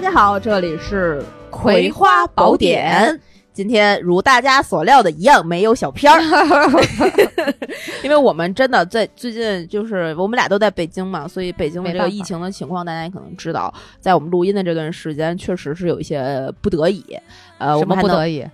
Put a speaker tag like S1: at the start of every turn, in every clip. S1: 家好，这里是《
S2: 葵花宝典》。
S1: 今天如大家所料的一样，没有小片 儿， 因为我们真的在最近就是我们俩都在北京嘛，所以北京的这
S2: 没办
S1: 个
S2: 法
S1: 疫情的情况大家也可能知道，在我们录音的这段时间，确实是有一些不得已。呃，我
S2: 什
S1: 们
S2: 么
S1: 还
S2: 不
S1: 能
S2: 得已？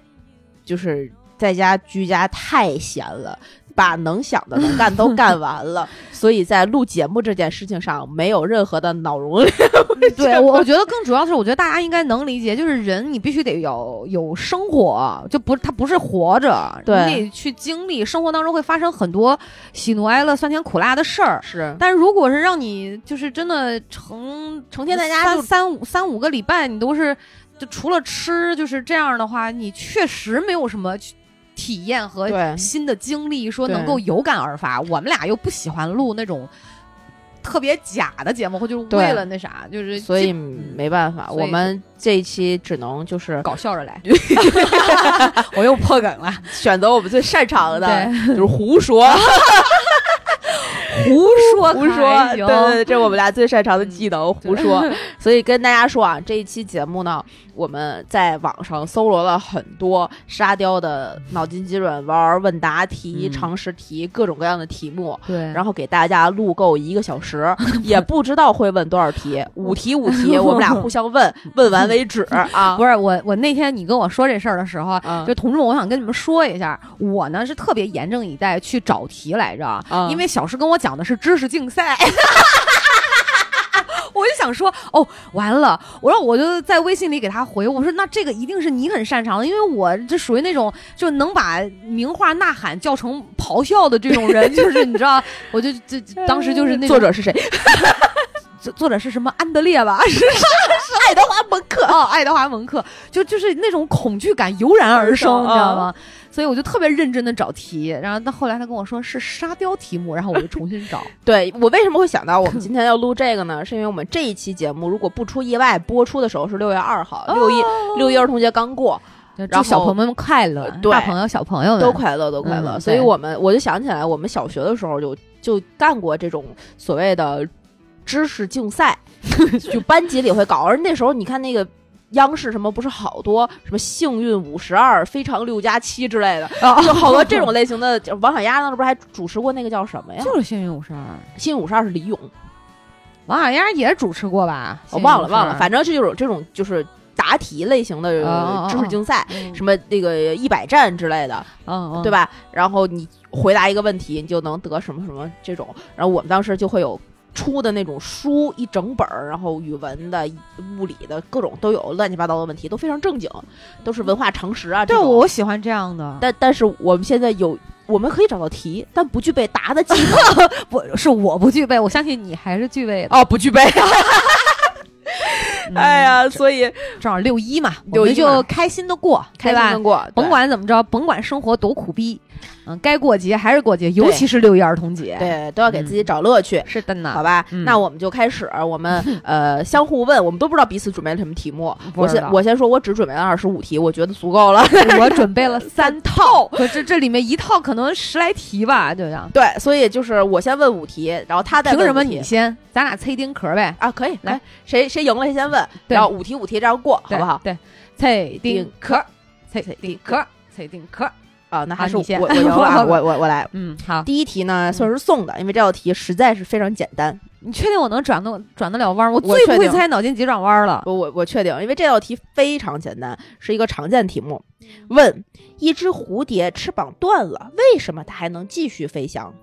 S1: 就是在家居家太闲了。把能想的、能干都干完 了，所以在录节目这件事情上没有任何的脑容量。
S2: 对我，我觉得更主要的是，我觉得大家应该能理解，就是人你必须得有有生活，就不是他不是活着，
S1: 对
S2: 你得去经历生活当中会发生很多喜怒哀乐、酸甜苦辣的事儿。
S1: 是，
S2: 但如果是让你就是真的成成天在家
S1: 三
S2: 就三五三五个礼拜，你都是就除了吃就是这样的话，你确实没有什么去体验和
S1: 对
S2: 新的经历，说
S1: 对
S2: 能够有感而发。我们俩又不喜欢录那种特别假的节目，或就是
S1: 对
S2: 为了那啥，就是
S1: 所以
S2: 基
S1: 没办法，
S2: 所以
S1: 我们这一期只能就是
S2: 搞笑 着来。 我又破梗了，
S1: 选择我们最擅长的，
S2: 对，
S1: 就是胡说，
S2: 胡说
S1: 胡说，
S2: 还
S1: 对
S2: 行
S1: 对对，这是我们俩最擅长的技能，胡 说。所以跟大家说啊，这一期节目呢，我们在网上搜罗了很多沙雕的脑筋急转弯、问答题、
S2: 嗯
S1: 常识题，各种各样的题目。
S2: 对，然
S1: 然后给大家录够一个小时，也不知道会问多少题，五题五题，我们俩互相 问，问完为止啊。
S2: 不是我，我那天你跟我说这事儿的时候，
S1: 嗯
S2: 就同志们，我想跟你们说一下，我呢是特别严阵以待去找题来着，
S1: 嗯
S2: 因为小石跟我讲的是知识竞赛。 我就想说，哦，完了！我说，我就在微信里给他回，我说，那这个一定是你很擅长的，因为我这属于那种就能把名画《呐喊》叫成咆哮的这种人，就是你知道，我就就就当时就是那种
S1: 作者是谁？
S2: 作作者是什么安德烈吧， 是
S1: 爱德华蒙克。
S2: 哦，爱德华蒙克，就就是那种恐惧感油然而生，
S1: 而生
S2: 你知道吗？所以我就特别认真的找题，然后到后来他跟我说是沙雕题目，然后我就重新找。
S1: 对我为什么会想到我们今天要录这个呢？是因 为我们这一期节目如果不出意外，播出的时候是六月二号，六一六一儿童节刚过，
S2: 就
S1: 然后
S2: 祝小朋友们快乐，
S1: 对
S2: 大朋友小朋友们
S1: 都快乐都快乐。
S2: 嗯
S1: 所以
S2: 对
S1: 我们我就想起来，我们小学的时候就就干过这种所谓的知识竞 赛，就班级里会搞。而那时候你看那个。央视什么不是好多什么幸运五十二、非常六加七之 类的，
S2: 啊
S1: 就好多这 种类型的。王小丫那不是还主持过那个叫什么呀？
S2: 就是幸运五十二，
S1: 幸运五十二是李咏，
S2: 王小丫也主持过吧？
S1: 我哦忘了忘了，
S2: 反
S1: 反正是有这种就是答题类型的
S2: 哦哦
S1: 呃
S2: 哦
S1: 知识竞赛，
S2: 正
S1: 什么那个一百战之类的，
S2: 嗯嗯
S1: 对？吧？然后你回答一个问题，你就能得什么什么这种。然后我们当时就会有。出的那种书一整本儿，然后语文的、物理的各种都有，乱七八糟的问题都非常正经，都是文化常识啊。这
S2: 对，
S1: 种
S2: 我喜欢这样的，
S1: 但但是我们现在有，我们可以找到题，但不具备答的技能。
S2: 不是我不具备，我相信你还是具备 的。
S1: 哦，不具备。
S2: 嗯
S1: 哎，呀，所以
S2: 正好六一嘛，
S1: 六
S2: 我们
S1: 一嘛
S2: 就开心的过，
S1: 开
S2: 对吧
S1: 心地过，
S2: 甭
S1: 对
S2: 管怎么着，甭管生活多苦逼，嗯，该过节还是过节，尤
S1: 对
S2: 其是六一儿童节。，
S1: 对，都要给自己找乐趣。
S2: 是的呢。
S1: 好吧，
S2: 嗯
S1: 那我们就开始，我 们呃相互问，我们都不知道彼此准备了什么题目。
S2: 不
S1: 我
S2: 知
S1: 先
S2: 道
S1: 我先说，我只准备了二十五题，我觉得足够 了。
S2: 我准备了三套，可这这里面一套可能十来题吧，就这样。
S1: 对，所以就是我先问五题，然后 他再
S2: 凭
S1: 问
S2: 什么
S1: 五题
S2: 你先？咱俩猜丁壳儿呗，
S1: 啊？可以
S2: 来
S1: 来，谁谁赢了谁先问，
S2: 对
S1: 然后五题五题这样过，好
S2: 对
S1: 不好？？
S2: 对，猜丁壳儿，猜
S1: 猜
S2: 丁壳儿，猜丁壳儿。
S1: 啊，那还
S2: 好
S1: 是
S2: 你
S1: 我
S2: 先
S1: 我我赢了 啊，我我我来。
S2: 嗯，好，
S1: 第一题呢算是送的，因为这道题实在是非常简单。
S2: 你确定我能转动转得了弯儿？我
S1: 我
S2: 最
S1: 确
S2: 不会
S1: 定
S2: 猜脑筋急转弯儿了。
S1: 我我我确定，因为这道题非常简单，是一个常见题目。问：一只蝴蝶翅膀断了，为什么它还能继续飞翔？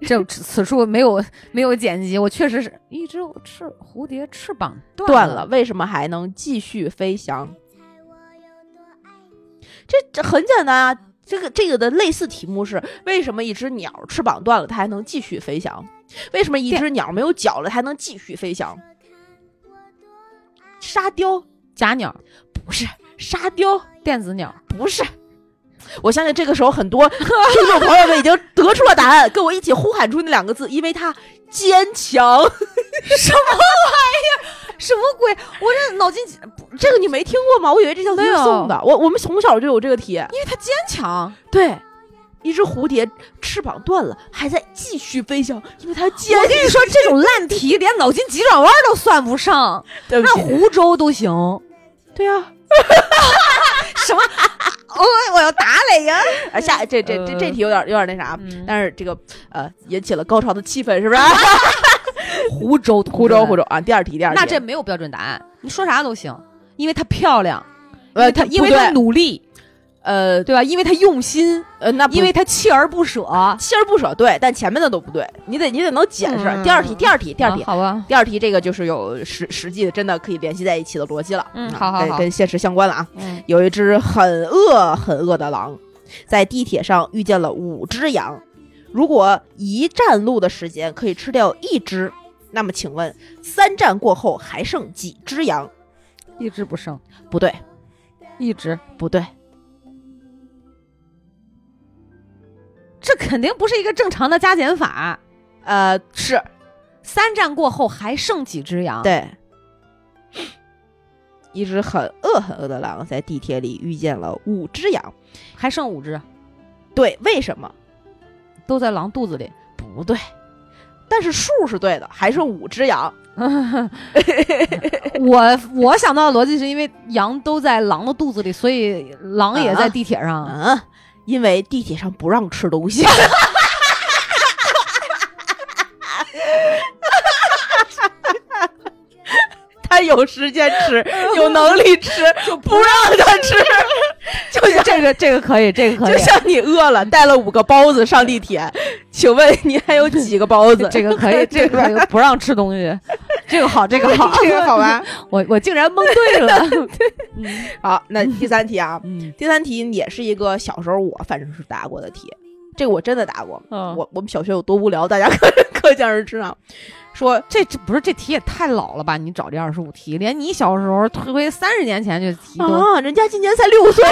S2: 这此处没有没有剪辑，我确实是一只翅蝴蝶翅膀
S1: 断
S2: 断
S1: 了，为什么还能继续飞翔？这这很简单啊。这个这个的类似题目是：为什么一只鸟翅膀断了，它还能继续飞翔？为什么一只鸟没有脚了，它还能继续飞翔？沙雕
S2: 假鸟、
S1: 不是沙雕，
S2: 电子鸟。
S1: 不是。我相信这个时候很多 听众朋友们已经得出了答案，跟我一起呼喊出那两个字，因为它坚强。
S2: 什么鬼？我这脑筋急不
S1: 这个你没听过吗？我以为这叫
S2: 没有
S1: 歌颂的。我我们从小就有这个题。
S2: 因为他坚强，
S1: 对，一只蝴蝶翅膀断了，还在继续飞翔，因为它坚
S2: 我跟你说，这种烂 题连脑筋急转弯都算不哦上，
S1: 对不
S2: 那
S1: 起，
S2: 湖州都行。
S1: 对啊呀、
S2: 什么？我我要打雷呀！
S1: 啊，下这这这这题有点有点那啥，
S2: 嗯
S1: 但是这个呃引起了高潮的气氛， 是不是？
S2: 湖州，
S1: 湖州，湖
S2: 州，
S1: 州啊，第二题，第二题，
S2: 那这没有标准答案，你说啥都行，因为她漂亮，
S1: 呃，
S2: 她
S1: 他
S2: 因为她努力，
S1: 呃
S2: 对吧？因为她用心，
S1: 呃，那不
S2: 因为她锲而不舍。
S1: 锲而不舍对，但前面的都不对，你得你得能解释。第二题，第二题，第二题
S2: 嗯啊，好吧，
S1: 第二题，这个就是有实实际的，真的可以联系在一起的逻辑了。
S2: 嗯
S1: 啊
S2: 好好
S1: 跟
S2: 好
S1: 跟现实相关了啊。
S2: 嗯，
S1: 有一只很饿很饿的狼，在地铁上遇见了五只羊。如果一站路的时间可以吃掉一只，那么请问三站过后还剩几只羊？
S2: 一直不剩，
S1: 不对，
S2: 一直，
S1: 不对，
S2: 啊这肯定不是一个正常的加减法。
S1: 呃，是
S2: 三战过后还剩几只羊？，
S1: 对。一只很饿很饿的狼在地铁里遇见了五只羊，
S2: 还剩五只，
S1: 对，为什么？
S2: 都在狼肚子里。
S1: 不对，但是数是对的，还剩五只羊。
S2: 我我想到的逻辑是因为羊都在狼的肚子里，所以狼也在地铁上。
S1: 嗯，因为地铁上不让吃东 西。他有时间吃，有能力吃，就不让他 吃。就像
S2: 这个这个可以，这个可？
S1: 就像你饿了，带了五个包子上地铁，请问你还有几个包子，
S2: 这个可以，这个可以不让吃东西，这个好，这个好
S1: 这个好吧？
S2: 我我竟然蒙 对了。
S1: 好，那第三题啊，
S2: 嗯
S1: 第三题也是一个小时候我反正是答过的题，这个我真的答过。
S2: 嗯，
S1: 我我们小学有多无聊，大家可 可想而知啊。说
S2: 这这不是这题也太老了吧？你找这二十五题，连你小时候推回三十年前这题都、
S1: 啊，人家今年才六岁。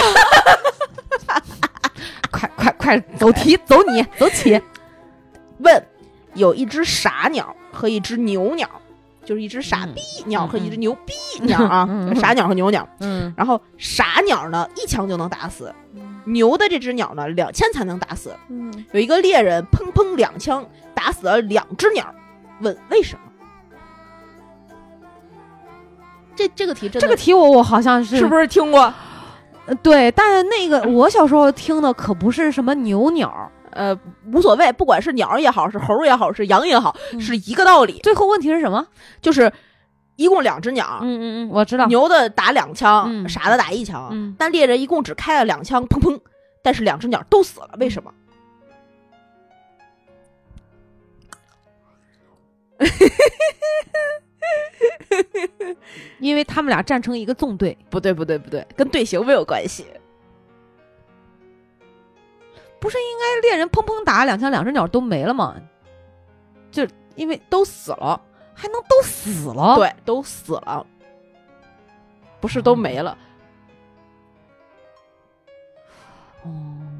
S2: 快快快走题走你走起。
S1: 问，有一只傻鸟和一只牛鸟，就是一只傻逼鸟和一只牛逼鸟啊，
S2: 嗯嗯嗯
S1: 就是傻鸟和牛鸟。
S2: 嗯
S1: 然后傻鸟呢一枪就能打死，牛的这只鸟呢两枪才能打死。
S2: 嗯，
S1: 有一个猎人砰砰两枪打死了两只鸟，问为什么？这这个题真的
S2: 这个题我我好像是
S1: 是不是听过？
S2: 呃对，但那个我小时候听的可不是什么牛鸟，
S1: 呃，无所谓，不管是鸟儿也好，是猴儿也好，是羊也好，
S2: 嗯
S1: 是一个道理，
S2: 最后问题是什么？
S1: 就是一共两只鸟，
S2: 嗯嗯嗯，我知道。
S1: 啊牛的打两枪，
S2: 嗯
S1: 傻的打一枪，
S2: 嗯
S1: 但猎人一共只开了两枪，砰砰，但是两只鸟都死了，为什么？
S2: 因为他们俩站成一个纵队，
S1: 不对，不对，不对，跟队形没有关系。
S2: 不是应该猎人砰砰打两枪，两只鸟都没了吗？就因为都死了，还能都死了？，
S1: 对，都死了，哦不是都没了。
S2: 哦，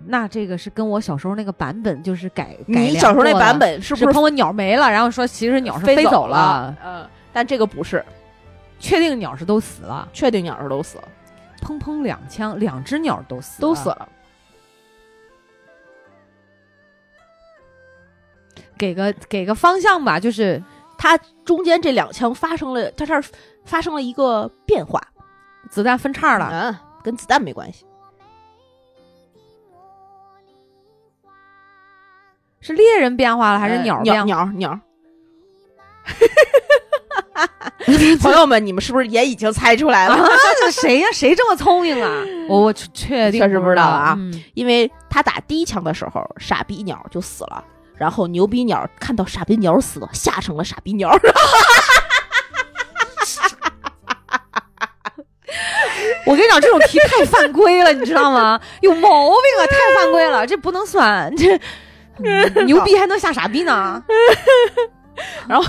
S2: 那这个是跟我小时候那个版本就是改改
S1: 你小时候那
S2: 良过的
S1: 版本是
S2: 是
S1: 不
S2: 砰砰鸟没了，然后说其实鸟是
S1: 飞
S2: 飞
S1: 走
S2: 了，？
S1: 嗯，但这个不是，
S2: 确定鸟是都死了，
S1: 确定鸟儿都死了，
S2: 砰砰两枪，两只鸟都死了，
S1: 都死了。
S2: 给个给个方向吧，就是
S1: 它中间这两枪发生了，它这儿发生了一个变化，
S2: 子弹分叉了，
S1: 嗯，跟子弹没关系。
S2: 是猎人变化了还是
S1: 呃
S2: 鸟儿
S1: 鸟
S2: 变化？
S1: 鸟儿鸟儿。 朋友们，你们是不是也已经猜出来了？
S2: 啊，这谁呀、谁这么聪明啊？ 我我确确定
S1: 确实不知道啊
S2: 嗯
S1: 因为他打第一枪的时候，傻逼鸟就死了，然后牛逼鸟看到傻逼鸟死了，吓成了傻逼鸟。
S2: 我跟你讲，这种题 太犯规了，你知道吗？有毛病啊，太犯规了，这不能算 这。嗯牛逼还能吓傻逼呢？
S1: 然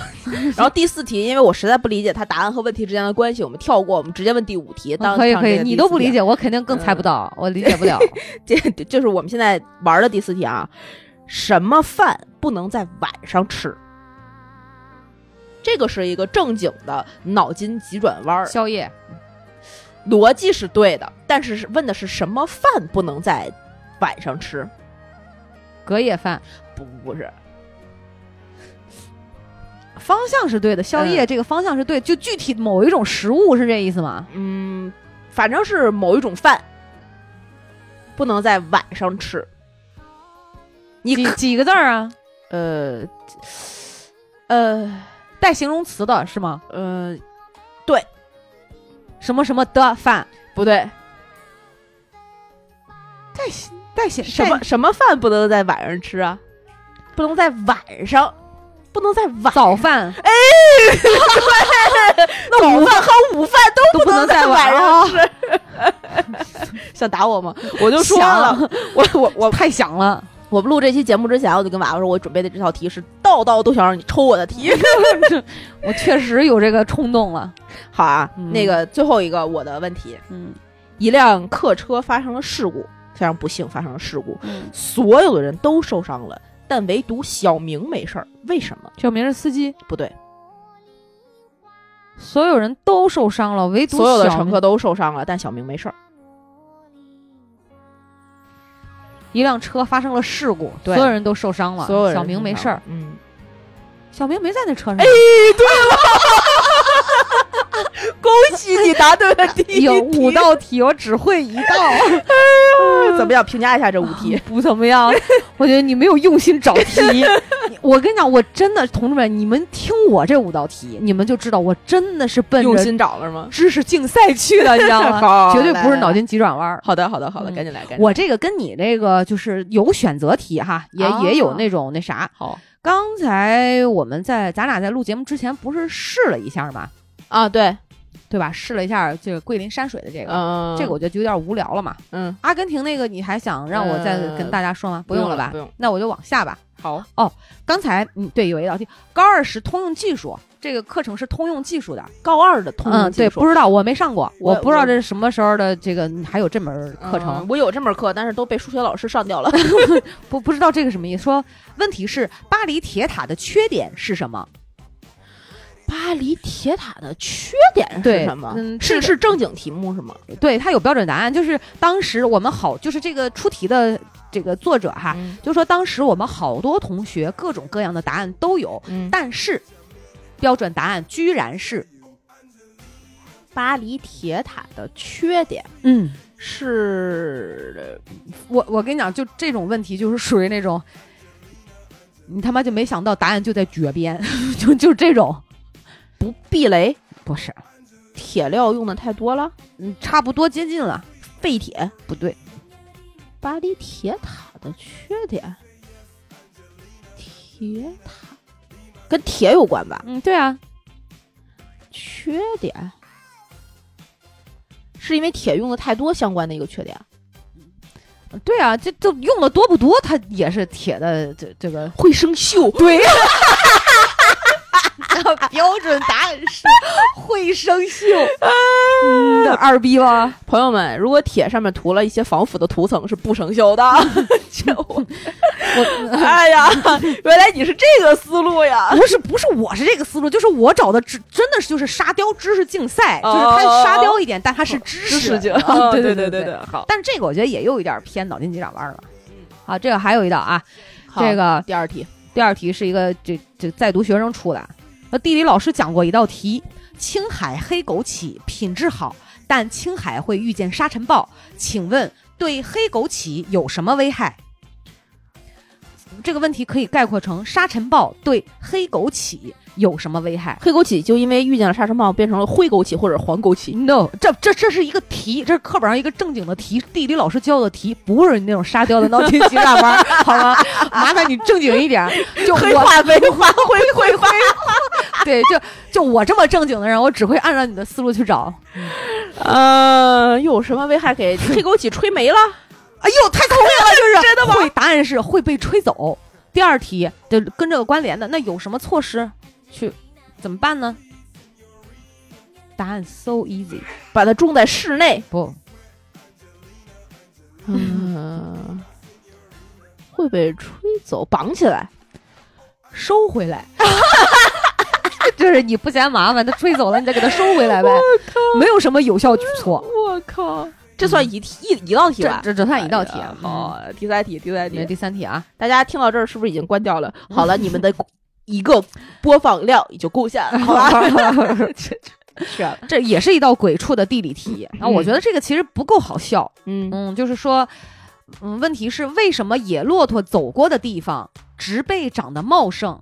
S1: 后第四题，因为我实在不理解它答案和问题之间的关系，我们跳过，我们直接问第五题。当
S2: 哦可以可
S1: 当
S2: 以，
S1: 这个第四题
S2: 你都不理解，我肯定更猜不到，我理解不 了。
S1: 这 就是我们现在玩的第四题啊，什么饭不能在晚上吃？这个是一个正经的脑筋急转弯儿，
S2: 宵夜
S1: 逻辑是对的，但是是问的是什么饭不能在晚上吃？
S2: 隔夜饭
S1: 不不是，
S2: 方向是对的，宵夜这个方向是对，就具体某一种食物是这意思吗？
S1: 嗯，反正是某一种饭，不能在晚上吃。你
S2: 几
S1: 可
S2: 几个字儿啊？
S1: 呃呃
S2: 带形容词的是吗？
S1: 呃，
S2: 什么什么的饭？
S1: 不对，
S2: 带带形
S1: 什么什么饭不能在晚上吃啊？不能在晚上，不能在晚
S2: 早饭？
S1: 那午饭和午饭都
S2: 都不能
S1: 能
S2: 在
S1: 晚
S2: 晚 啊
S1: 上吃。 想打我吗？我就说了， 我我我
S2: 太想了，
S1: 我们录这期节目之前，我就跟娃娃说，我准备的这套题是道道都想让你抽我的 题。
S2: 我确实有这个冲动了。
S1: 好啊，
S2: 嗯
S1: 那个最后一个我的问题，
S2: 嗯
S1: 一辆客车发生了事故，非常不幸发生了事故，
S2: 嗯，
S1: 所有的人都受伤了，但唯独小明没事儿，为什么？
S2: 小明是司机，
S1: 不对，
S2: 所有人都受伤了，唯独
S1: 所有的
S2: 小
S1: 乘客都受伤了，但小明没事儿。
S2: 一辆车发生了事故，
S1: 对
S2: 所有人都受伤了，
S1: 所有人
S2: 小明没事儿，
S1: 受伤 哎了，嗯，
S2: 小明没在那车上。
S1: 恭喜你答对了第一
S2: 有
S1: 题啊
S2: 五道题，我只会一道，
S1: 怎么样？评价一下这五题。
S2: 不怎么样。 我觉得你没有用心找 题。我跟你讲，我真的，同志们，你们听我这五道题，你们就知道我真的是奔着
S1: 找了吗？
S2: 知识竞赛去的，你
S1: 哦
S2: 知道 吗？
S1: 好，啊
S2: 绝对不是
S1: 来
S2: 脑。筋急转弯儿。
S1: 好的，好的，好的，
S2: 嗯
S1: 赶紧来，赶紧来。
S2: 我这个跟你这个就是有选择题哈，也、
S1: 哦
S2: 也有那种那啥。
S1: 好
S2: 刚才我们在咱俩在录节目之前不是试了一下嘛，
S1: 啊，对，
S2: 对吧？试了一下这个桂林山水的这个，
S1: 嗯，
S2: 这个我觉得就有点无聊了嘛。
S1: 嗯，
S2: 阿根廷那个你还想让我再
S1: 呃
S2: 跟大家说吗？
S1: 不
S2: 用
S1: 用
S2: 了
S1: 了
S2: 吧？
S1: 不用
S2: 那我就往下吧。
S1: 好，
S2: 刚才嗯，对，有一道题，高二时通用技术这个课程是通用技术的。
S1: 高二的通
S2: 嗯，对，不知道，我没上过，
S1: 我
S2: 我不知道
S1: 我
S2: 这是什么时候的这个还有这门课程。
S1: 嗯我有这门课，但是都被数学老师上掉 了。
S2: 不不知道这个什么意思。说问题是巴黎铁塔的缺点是什么？
S1: 巴黎铁塔的缺点
S2: 对
S1: 是什么？
S2: 嗯这
S1: 是
S2: 个
S1: 是正经题目是吗？
S2: 对，它有标准答案，就是当时我们好，就是这个出题的这个作者哈，
S1: 嗯
S2: 就说当时我们好多同学各种各样的答案都有，
S1: 嗯，
S2: 但是标准答案居然是
S1: 巴黎铁塔的缺点
S2: 嗯，
S1: 是
S2: 我我跟你讲，就这种问题就是属于那种。你他妈就没想到答案就在绝边， 就就这种
S1: 不避雷，
S2: 不是，
S1: 铁料用的太多了，
S2: 嗯，差不多接近了，
S1: 废铁。
S2: 不对，
S1: 巴黎铁塔的缺点，铁塔跟铁有关吧？
S2: 嗯，对啊，
S1: 缺点是因为铁用的太多相关的一个缺点，
S2: 对啊，这这用的多不多，它也是铁的这这个
S1: 会生锈。对，
S2: 标准答案是 会生锈，嗯，二逼吧？
S1: 朋友们，如果铁上面涂了一些防腐的涂层，是不生锈 的。这我，
S2: 我
S1: 哎 呀，原来你是这个思路呀！
S2: 不是不是，我是这个思路，就是我找的知真的是就是沙雕知识竞赛，就
S1: 哦
S2: 是它沙雕一点，但它是知
S1: 知
S2: 识
S1: 识性，
S2: 啊对
S1: 对
S2: 对
S1: 对
S2: 对。，嗯
S1: 好，
S2: 但这个我觉得也有一点偏脑筋急转弯了。好，这个还有一道啊，这
S1: 这个
S2: 个
S1: 第二题，
S2: 第二题是一个这这在读学生出的，那地理老师讲过一道题：青海黑枸杞品质好，但青海会遇见沙尘暴，请问对黑枸杞有什么危害？这个问题可以概括成沙尘暴对黑枸杞有什么危害
S1: 黑枸杞就因为遇见了沙尘暴，变成了灰枸杞或者黄枸杞。
S2: ？No，这这这是一个题，这是课本上一个正经的题，地理老师教的题，不是你那种沙雕的脑 筋急转弯儿，好吗？麻烦你正经一点儿，就我
S1: 化为化灰灰化，
S2: 对，就就我这么正经的人，我只会按照你的思路去找。
S1: 呃，有什么危害给黑枸杞吹没了？
S2: 哎呦，太聪明了，就是
S1: 真的吗
S2: 会答案是会被吹走。第二题就跟这个关联的，那有什么措施去怎么办呢？答案 so easy，
S1: 把它种在室内，
S2: 不，
S1: 嗯，会被吹走，绑起来。
S2: 收回来。 就是你 不嫌麻烦，他吹走了，你再给他收回来呗，没有什么有效举措。
S1: 我靠，这算一题一一道题
S2: 这
S1: 吧？
S2: 这只算一道题
S1: 哎呀
S2: 啊。
S1: 好，第三题，第三
S2: 你的
S1: 题，
S2: 第三题啊，
S1: 大家听到这儿是不是已经关掉了？
S2: 嗯
S1: 好了，你们的一个播放量也就够下 了，好吧？是，
S2: 这也是一道鬼畜的地理 题。然后我觉得这个其实不够好笑，
S1: 嗯
S2: 嗯，就是说，嗯，问题是为什么野骆驼走过的地方植被长得茂盛？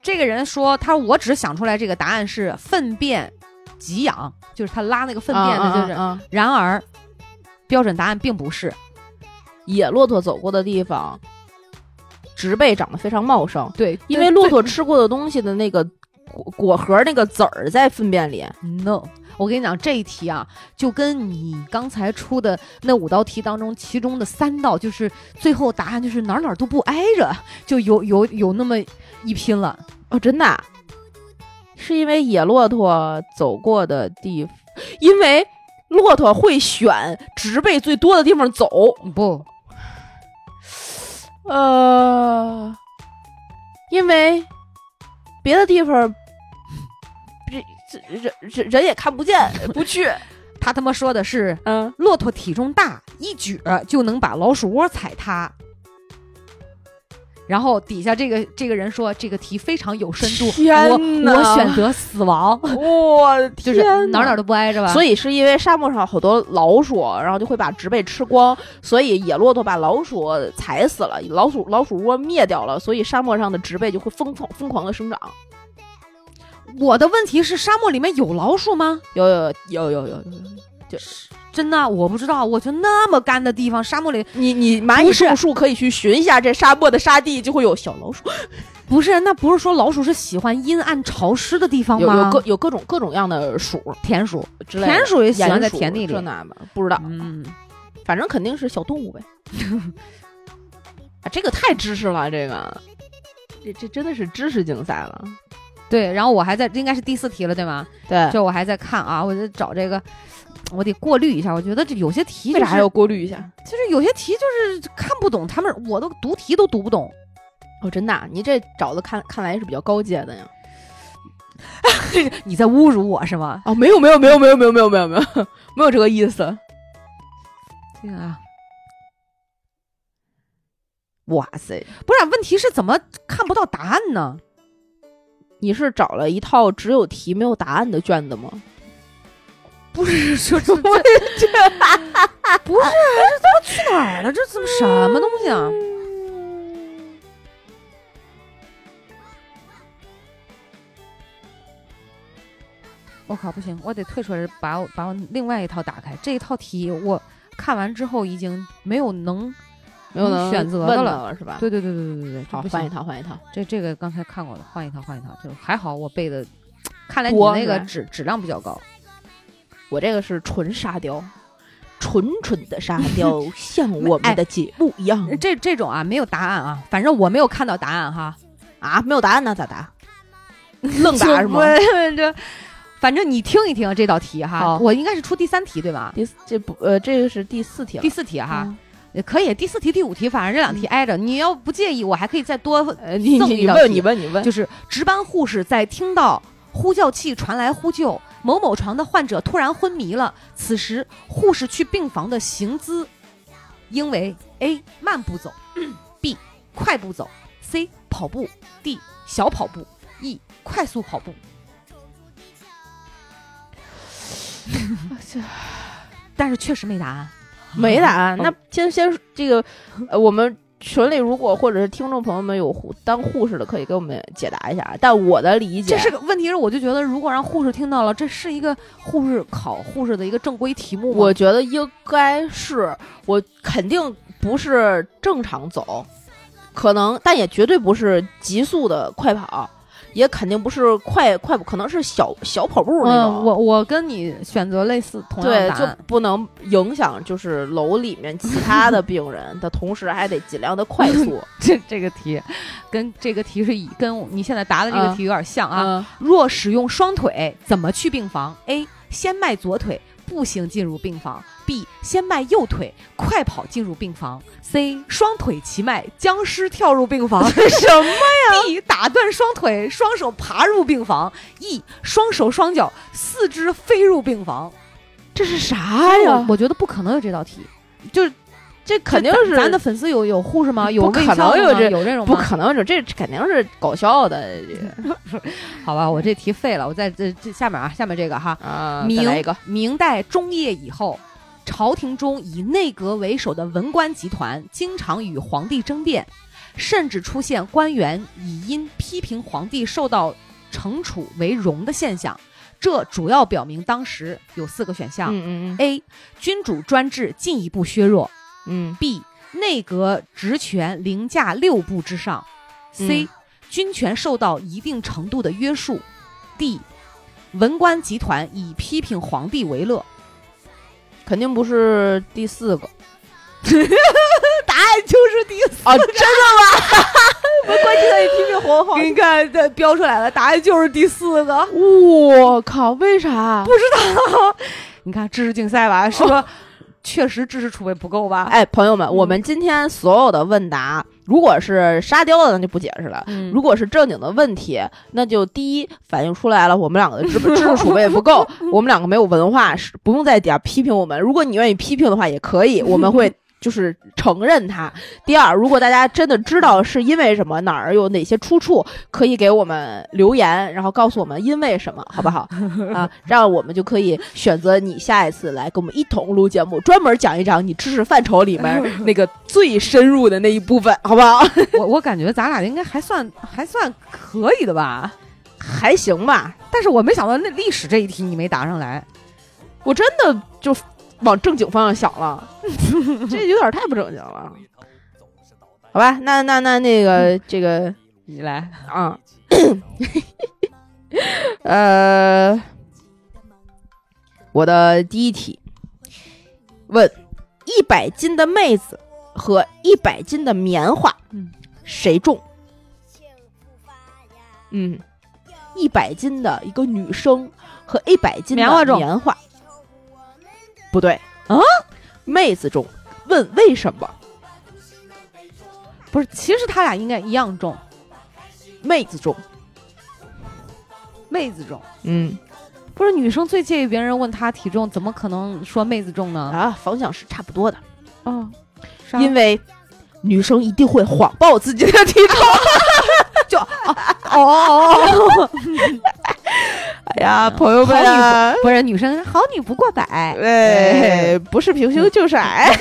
S2: 这个人说，他说我只想出来这个答案是粪便给养，就是他拉那个粪便的，就
S1: 嗯
S2: 是。
S1: 嗯嗯
S2: 然而，标准答案并不是，
S1: 野骆驼走过的地方，植被长得非常茂盛，
S2: 对，
S1: 因为骆驼吃过的东西的那个果果核那个籽儿在粪便里。
S2: No，我跟你讲这一题啊，就跟你刚才出的那五道题当中，其中的三道就是最后答案就是哪儿哪儿都不挨着，就有有有那么一拼了。
S1: 哦，真的啊、是因为野骆驼走过的地方，因为骆驼会选植被最多的地方走。
S2: 不，
S1: 呃，因为别的地方，这这人人人也看不见，不去。
S2: 他他妈说的是
S1: 嗯，
S2: 骆驼体重大，一举儿就能把老鼠窝踩塌。然后底下这个这个人说这个题非常有深度，
S1: 天
S2: 我
S1: 哪
S2: 我选择死 亡，
S1: 我的
S2: 就
S1: 天
S2: 是哪儿哪儿都不挨着吧。
S1: 所
S2: 以
S1: 以是因为沙漠上好多老鼠，然后就会把植被吃光，所以野骆驼把老鼠踩死了，老鼠老鼠窝灭掉了，所以沙漠上的植被就会疯狂疯狂的生长。
S2: 我的问题是沙漠里面有老鼠吗？
S1: 有有有有有有，
S2: 真的，我不知道，我就那么干的地方，沙漠里
S1: 你你蚂蚁种树可以去寻一下这沙漠的沙地，就会有小老鼠，
S2: 不是，那不是说老鼠是喜欢阴暗潮湿的地方
S1: 有有
S2: 吗？
S1: 各有各种各种样的鼠
S2: 田鼠，
S1: 之类的，
S2: 田鼠也喜欢
S1: 鼹
S2: 在
S1: 鼠
S2: 田地里
S1: 这。那的，不知道，
S2: 嗯，
S1: 反正肯定是小动物呗。啊，这个太知识了，这个，这这真的是知识竞赛了。
S2: 对。然后我还在，这应该是第四题了，对吗？
S1: 对，
S2: 这我还在看啊，我在找这个，我得过滤一下。我觉得这有些题、就是，
S1: 为啥要过滤一下？
S2: 就是有些题就是看不懂，他们我都读题都读不懂。
S1: 哦，真的啊、你这找的看看来是比较高阶的呀。
S2: 你在侮辱我是吗？
S1: 哦，没有没有没有没有没有没有没有没有没有这个意思。
S2: 对啊，
S1: 哇塞，
S2: 不是，啊问题是怎么看不到答案呢？
S1: 你是找了一套只有题没有答案的卷子 吗？
S2: 不是，说这
S1: 我
S2: 不是，啊这他妈去哪儿了？这怎么什么东西啊？我靠，不行，我得退出来，把我把我另外一套打开。这一套题我看完之后已经没有能，
S1: 没有能
S2: 选择的
S1: 问
S2: 了
S1: 是吧？
S2: 对对对对对对对，
S1: 啊
S2: 这
S1: 好，
S2: 不行
S1: 换一套，换一套。
S2: 这这个刚才看过了，换一套，换一套。这还好我背的，看来你
S1: 多
S2: 那
S1: 是
S2: 个
S1: 吧
S2: 质质量比较高。
S1: 我这个是纯沙雕，纯纯的 沙雕，像我们的节目一样
S2: 这这种啊，没有答案啊，反正我没有看到答案哈。
S1: 啊！没有答案呢，咋答？ 愣答是吗？
S2: 就？这反正你听一听这道题哈，
S1: 好
S2: 我应该是出第三题对吧？
S1: 第四这不呃，这个是第四题了。
S2: 第四题哈，
S1: 嗯
S2: 也可以，第四题、第五题，反正这两题挨着。你要不介意，我还可以再多
S1: 呃，你
S2: 赠
S1: 你
S2: 一道
S1: 问
S2: 题
S1: 你问你问，
S2: 就是值班护士在听到呼叫器传来呼救，某某床的患者突然昏迷了。此时，护士去病房的行姿，应为 A 慢步走，B 快步走，C 跑步，D 小跑步，E 快速跑 步。 但是确实没答案，
S1: 没答案。
S2: 嗯
S1: 那先先这个，呃，我们群里如果或者是听众朋友们有护当护士的，可以给我们解答一下。啊但我的理解
S2: 这是个问题是，我就觉得如果让护士听到了，这是一个护士考护士的一个正规题目吗。
S1: 我觉得应该是我肯定不是正常走，可能但也绝对不是急速的快跑，也肯定不是快快步，可能是小小跑步那种。
S2: 嗯，我我跟你选择类似同样
S1: 对
S2: 的答，
S1: 就
S2: 案。
S1: 不能影响就是楼里面其他的病人的同时，还得尽量的快速
S2: 这这个题，跟这个题是一跟你现在答的这个
S1: 嗯
S2: 题有点像啊。
S1: 啊！
S2: 若使用双腿，怎么去病房？A. 先迈左腿，步行进入病房；B. 先迈右腿，快跑进入病房；C. 双腿齐迈，僵尸跳入病房。
S1: 什么？
S2: D 打断双腿，双手爬入病房；E 双手双脚四肢飞入病房。
S1: 这是啥呀
S2: 我？我觉得不可能有这道题，就是
S1: 这肯定是
S2: 咱咱的粉丝有有护士吗？有
S1: 不可
S2: 卫
S1: 能
S2: 校的
S1: 有
S2: 吗
S1: 这
S2: 有这种
S1: 不
S2: 吗？
S1: 可能，这这肯定是搞笑的 这个
S2: 好吧，我这题废了，我在这这下面啊，下面这个哈，
S1: 啊。再
S2: 明
S1: 来一个，
S2: 明代中叶以后，朝廷中以内阁为首的文官集团经常与皇帝争辩，甚至出现官员以因批评皇帝受到惩处为荣的现象。这主要表明当时有四个选项、
S1: 嗯
S2: a 君主专制进一步削弱
S1: 嗯
S2: ；B. 内阁职权凌驾六部之上；C.
S1: 嗯
S2: 军权受到一定程度的约束；D. 文官集团以批评皇帝为乐。
S1: 嗯，肯定不是第四 个
S2: 答案 就是第四。
S1: 啊！真的吗？ 不是关键的批评皇后
S2: 你看，这标出来了，答案就是第四个。
S1: 我靠，为啥？不是，
S2: 你看知识竞赛吧，是吧？ 确实知识储备不够吧？
S1: 哎，朋友们，
S2: 嗯
S1: 我们今天所有的问答，如果是沙雕的，那就不解释了。
S2: 嗯
S1: 如果是正经的问题，那就第一反映出来了，我们两个的知知识储备不够，我们两个没有文化，是不用在底下批评我们。如果你愿意批评的话，也可以，我们会就是承认它。第二，如果大家真的知道是因为什么，哪儿有哪些出处，可以给我们留言，然后告诉我们因为什么，好不好？啊，这样我们就可以选择你下一次来跟我们一同录节目，专门讲一讲你知识范畴里面那个最深入的那一部分，好不好？
S2: 我我感觉咱俩应该还算还算可以的吧，
S1: 还行吧，
S2: 但是我没想到那历史这一题你没答上来。
S1: 我真的就往正经方向想了，这有点太不正经了。好吧，那那那那个这个
S2: 你来，
S1: 啊，呃，我的第一题问：一百斤的妹子和一百斤的棉花，
S2: 嗯
S1: 谁重？嗯，一百斤的一个女生和一百斤的
S2: 棉花重
S1: 棉花，不对
S2: 啊，
S1: 妹子重。问为什么？
S2: 不是，其实他俩应该一样重，
S1: 妹子重。
S2: 妹子重。
S1: 嗯
S2: 不是女生最介意别人问她体重，怎么可能说妹子重呢？
S1: 啊，方向是差不多的。
S2: 哦，
S1: 因为女生一定会谎报自己的体重。
S2: 哦哦哦，
S1: 哎 呀，朋友们啊，
S2: 不是女生好女不过百。
S1: 哎，不是平胸就是矮。